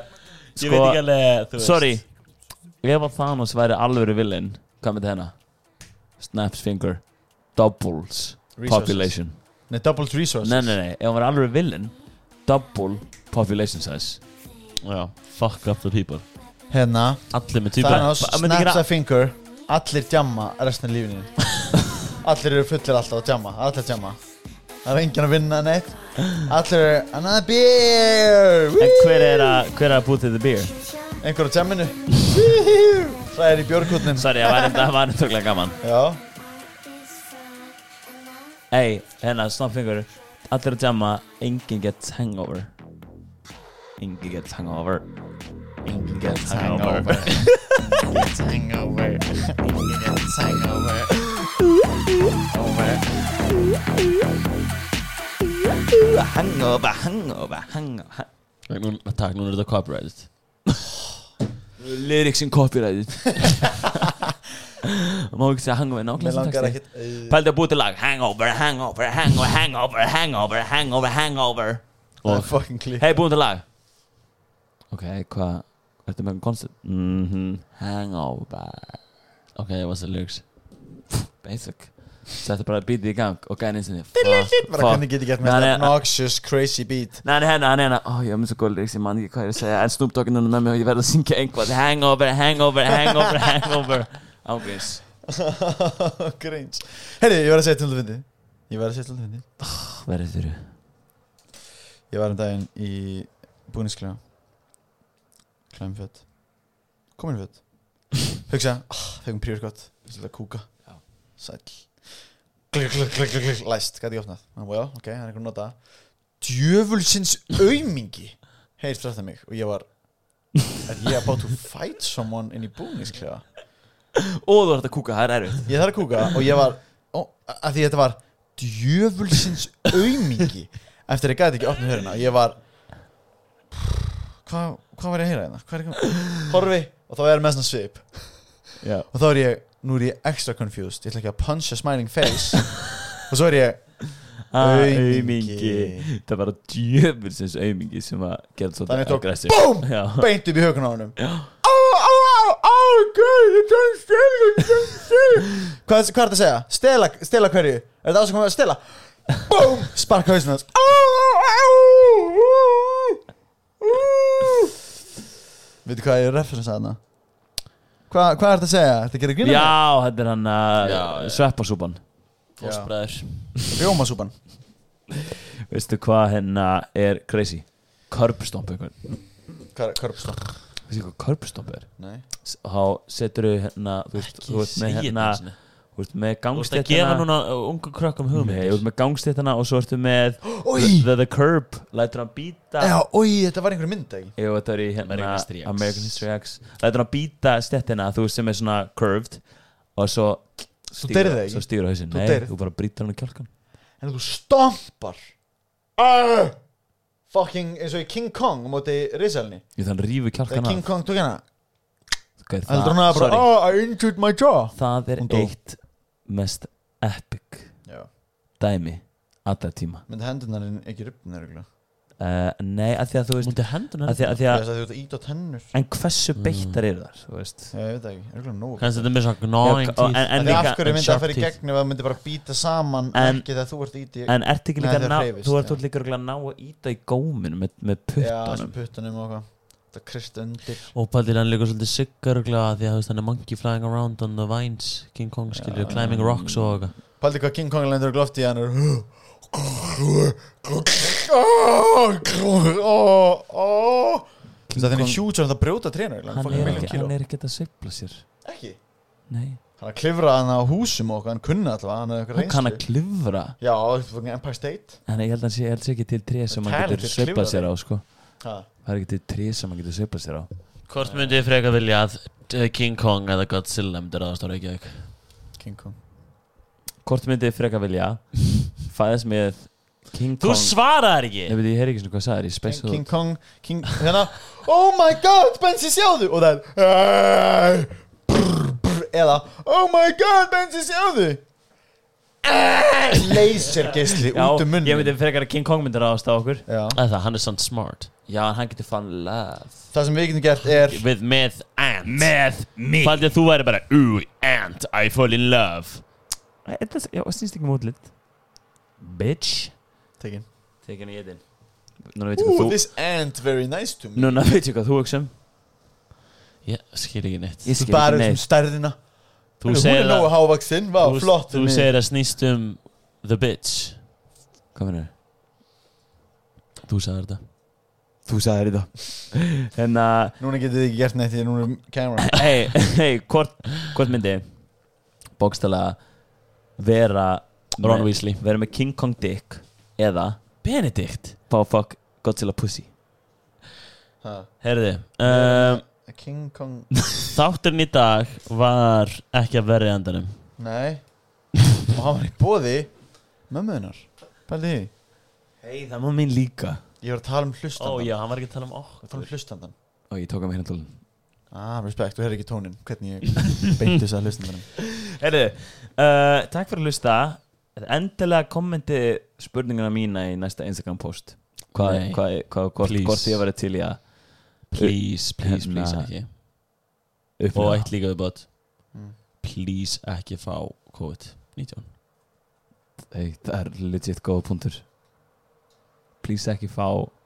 S2: Ég veit
S1: Sko,
S2: ekki alveg þú veist.
S1: sorry ef að Thanos væri alvöru villin hvað með þetta? Snaps finger doubles
S3: Resources.
S1: population
S3: Nei, doubled resources
S1: Nei, nei, nei, ef hann var alvöru villin double population size
S2: Já, fuck up the people
S3: Hérna
S2: Allir með tvíbra
S3: Thanos
S1: Ba- myndi
S3: Snaps
S1: gera-
S3: a finger Allir djamma restin af lífinu
S1: (laughs)
S3: Allir eru fullir alltaf að djamma Allir að djamma Það er enginn að vinna neitt Allir eru Another beer
S1: En hver er að, hver er að búið til the beer?
S3: Einhver á djamminu Það er í björgutnum
S1: Sorry, það var enda, það var enda tökulega
S2: (laughs)
S1: gaman
S3: Já
S1: Ey, hérna, snapfingur Allir að jamma, engin gets hangover Engin gets hangover Engin gets hangover
S3: Hangover Hangover
S1: Hangover, hangover, hangover
S2: Nú- Takk, nú er þetta copyrighted
S1: Lyrics in (laughs) copyrighted Má ekki segja hangover
S3: Mér
S1: nákvæmlega
S3: langar ekkit Æ,
S1: Pældi að búið til lag Hangover, hangover, hangover, hangover, hangover, hangover, hangover
S3: Það er fucking klík
S1: Hei, búið til lag Ok, hvað Ertu með konstant? Mhm, hangover
S2: Ok, what's the lyrics?
S1: Basic Settu bara bítið í gang og gæði einsinni
S3: Bara hvernig get ég gert með
S1: Nei,
S3: þetta
S1: nei,
S3: Obnoxious crazy beat (laughs)
S1: Nei, hérna, hérna, hérna Ó, ég er með svo góð lyrics, ég man ekki hvað ég er að segja En Snoop Dogg er núna með mig og ég verð að syngja einhvað Hangover, hangover, hangover, hangover Ángriðs
S3: Grinch Herri, ég var að segja til þú fyndi Ég var að segja til þú fyndi
S1: Verður þurru
S3: Ég var um daginn í búningsklega Klæm fött Komin fött Hugsa, ah, fegum príur gott Ég ætla að kúka
S1: Já.
S3: Sæll Klik, klik, klik, klik, klik Læst, gæti ég opnað Ah, Well, ok, hann er ekki að nota Djöfulsins aumingi Heyrst frá þetta mig Og ég var Are you about to fight someone inn í búningsklefa?
S8: Og þú ert að kúka, það er erfitt
S3: Ég þarf að kúka og ég var ó, að því þetta var djöfulsins aumingi eftir að ég gæti ekki opna hörina og ég var hvað hva var ég að heyra hérna? Hvað er ekki að horfi og þá er ég með svona svip
S1: Já.
S3: og þá er ég, nú er ég extra confused ég ætla ekki að punch a smiling face og svo er ég
S1: Aumingi Það var djöfulsins aumingi sem að gera
S3: Þannig
S1: svolítið
S3: tók,
S1: aggressiv
S3: búm,
S1: Já.
S3: beint upp í hökun á honum
S1: Já.
S3: Á, á, á, á, gauð, ég tæði stela, ég tæði stela Hvað hvað er þetta að segja? Stela, stela hverju? Er þetta ásökum að stela? Búm, spark hausinu hans Á, á, á, á, á Veitu hvað ég referensa þarna? Hva, hvað er þetta að segja? Er þetta að gera grína?
S1: Já, þetta er hann uh, að
S2: Já, já.
S1: sveppasúpan
S2: Fósbræður
S3: Rjómasúpan
S1: Veistu hvað hennar er crazy? Körbstomp eitthvað
S3: Hvað er körpstopp?
S1: Veistu hvað körbstomp er?
S3: Nei
S1: S- Þá setur þau hérna Þú veist, þú veist með
S2: segir
S1: hérna
S2: þetta
S1: Þú
S2: sinni.
S1: veist með
S2: Þú veist að
S1: gangstéttina
S2: gefa núna uh, ungu krökkum
S1: Nei, þú
S2: hugmyndir
S1: veist með gangstéttina og svo ertu með
S3: Oj.
S1: The, the Curb Lætur hann býta
S3: Já, oi, þetta var einhver mynd, ekki?
S1: Ef þetta er í hérna
S2: American History X.
S1: American History X Lætur hann býta stettina þú veist sem er svona curved og svo
S3: deyrð það ekki?
S1: Svo stýra hausinn
S3: Þú
S1: Nei,
S3: deyrð.
S1: þú bara brýtar hann á kjálkan
S3: En þú stompar Arr! Fucking eins og í King Kong á móti risalni
S1: Ég þannig rífi
S3: Þegar
S1: kjálkan
S3: King Kong tók hérna
S1: af
S3: Heldur hún að bara
S1: sorry.
S3: Oh, I injured my jaw
S1: Það er
S3: Hún dó.
S1: eitt mest epic
S3: Já
S1: dæmi allra tíma
S3: Myndi hendunarinn ekki ripna örgulega
S1: uh, Nei, að því að þú veist
S2: Múndi hendur
S1: að
S2: henni
S1: því að, því að,
S3: Þess að þú ert að íta á tennur
S1: En hversu
S2: Mm.
S1: beittar eru þar, þú veist
S3: Já, ég veit það ekki Örgulega nóg
S2: Kannski þetta er með svo
S1: Já,
S2: gnawing
S1: og-
S2: teeth
S3: En
S1: en, en,
S3: því af
S1: líka,
S3: hverju myndi
S2: sharp
S3: að fara í
S2: teeth.
S3: gegn ef það myndi bara býta saman
S1: En-
S3: ekki þegar þú ert íti
S1: en ertu ekki
S3: Nei,
S1: líka
S3: þeir
S1: að ná,
S3: hreyfist,
S1: þú ert
S3: já.
S1: út líka örugglega að ná að íta í góminu með, með
S3: Já, sem
S1: puttunum
S3: puttunum og eitthvað Það krist undir
S2: Og pælir hann líka svolítið siggar Því að þú veist hann er monkey flying around on the vines King Kong skilur, climbing rocks og eitthvað
S3: Paldi hvað King Kong lendur og glofti hann er Það er hjúts og það brjóta trénu
S1: hann, er ekki, hann er ekki að sveifla sér
S3: Ekki
S1: Nei,
S3: Hann að klifra hann á húsum og eitthvað, hann kunna alltaf Hann er eitthvað
S1: hann kann
S3: reynslu
S1: að klifra
S3: Já, þetta var Empire State
S1: En ég held að hann sé, ég held sé ekki til tré sem hann
S3: talented
S1: getur sveifla sér á
S3: klifrari.
S1: sko.
S3: ha.
S1: Það er ekki til tré sem hann getur sveifla sér á
S2: Hvort myndið freka vilja að eh, King Kong eða Godzilla myndir aðast á Reykjavík
S3: King Kong
S1: Hvort myndið freka vilja Fæðast með King
S2: Þú
S1: Kong
S2: svaraðar ekki
S1: Nei, veit, ég heyr ekki svona hvað það er, ég spes
S3: King, King Kong King, hérna, Oh my god, Bensi sjáðu Og það er brr, brr, Eða Oh my god, Bensi sjáðu Lasergeisli
S1: Já,
S3: út um munni
S1: ég myndi frekar að King Kong myndir aðast á okkur
S3: Já.
S2: Það er það, hann er samt smart
S1: Já, en hann getur fann love
S3: Það sem við getum gert er
S2: With með ant Með mig Faldið að þú væri bara Ooh, ant, I fall in love
S1: Þetta, já, það snýst ekki um útlit Bitch
S3: Tekin
S1: Tekin í jedin Núna veit ég
S3: Ooh,
S1: hvað þú
S3: this ant very nice to me
S1: Núna veit ég hvað þú hugsa um
S2: Ég skil ekki neitt
S1: Ég
S3: Þú
S1: skil
S3: bara
S1: ekki
S3: um
S1: neitt
S3: stærðina
S2: Þú
S3: Hún er
S2: segir
S3: nógu
S2: að
S3: hávaksinn, vá,
S2: þú-
S3: flott
S2: Þú segir að snýst um The bitch
S1: Hvað finnur?
S2: Þú sagði þetta
S1: Þú sagði þetta En að
S3: Núna getið þið ekki gert neitt því að núna er camera
S1: Hei, hei, hvort Hvort myndi Bókstala Vera
S2: Ron
S1: með-
S2: Weasley.
S1: Vera með King Kong dick Eða
S2: Benedikt
S1: Fá að fuck Godzilla pussy
S3: Ha.
S2: Herði um,
S3: King Kong
S2: Þátturinn í dag var ekki að verja endanum
S3: Nei Og hann var í bóði Mömmuðunar Pældi því
S1: Hei, það má mín líka
S3: Ég var að tala um hlustandan
S2: Ó já, hann var ekki að tala um okkur
S3: Ég tala um hlustandan
S1: Og ég tók að mig hérna tólun
S3: Ah, respekt, þú hefur ekki tónin Hvernig ég beinti þess að hlustandanum
S1: Herðu, uh, takk fyrir að hlusta Endilega kommenti spurninguna mína í næsta Instagram post Hvað,
S2: Nei.
S1: hvað, hvað, hvort,
S2: Please.
S1: hvort ég verið til í að
S2: Please, please, please
S1: Hérna,
S2: ekki Og
S1: upplega
S2: eitt líka við bótt Mm. Please ekki fá COVID-19
S1: Ei, Það er legit góða punktur Please ekki fá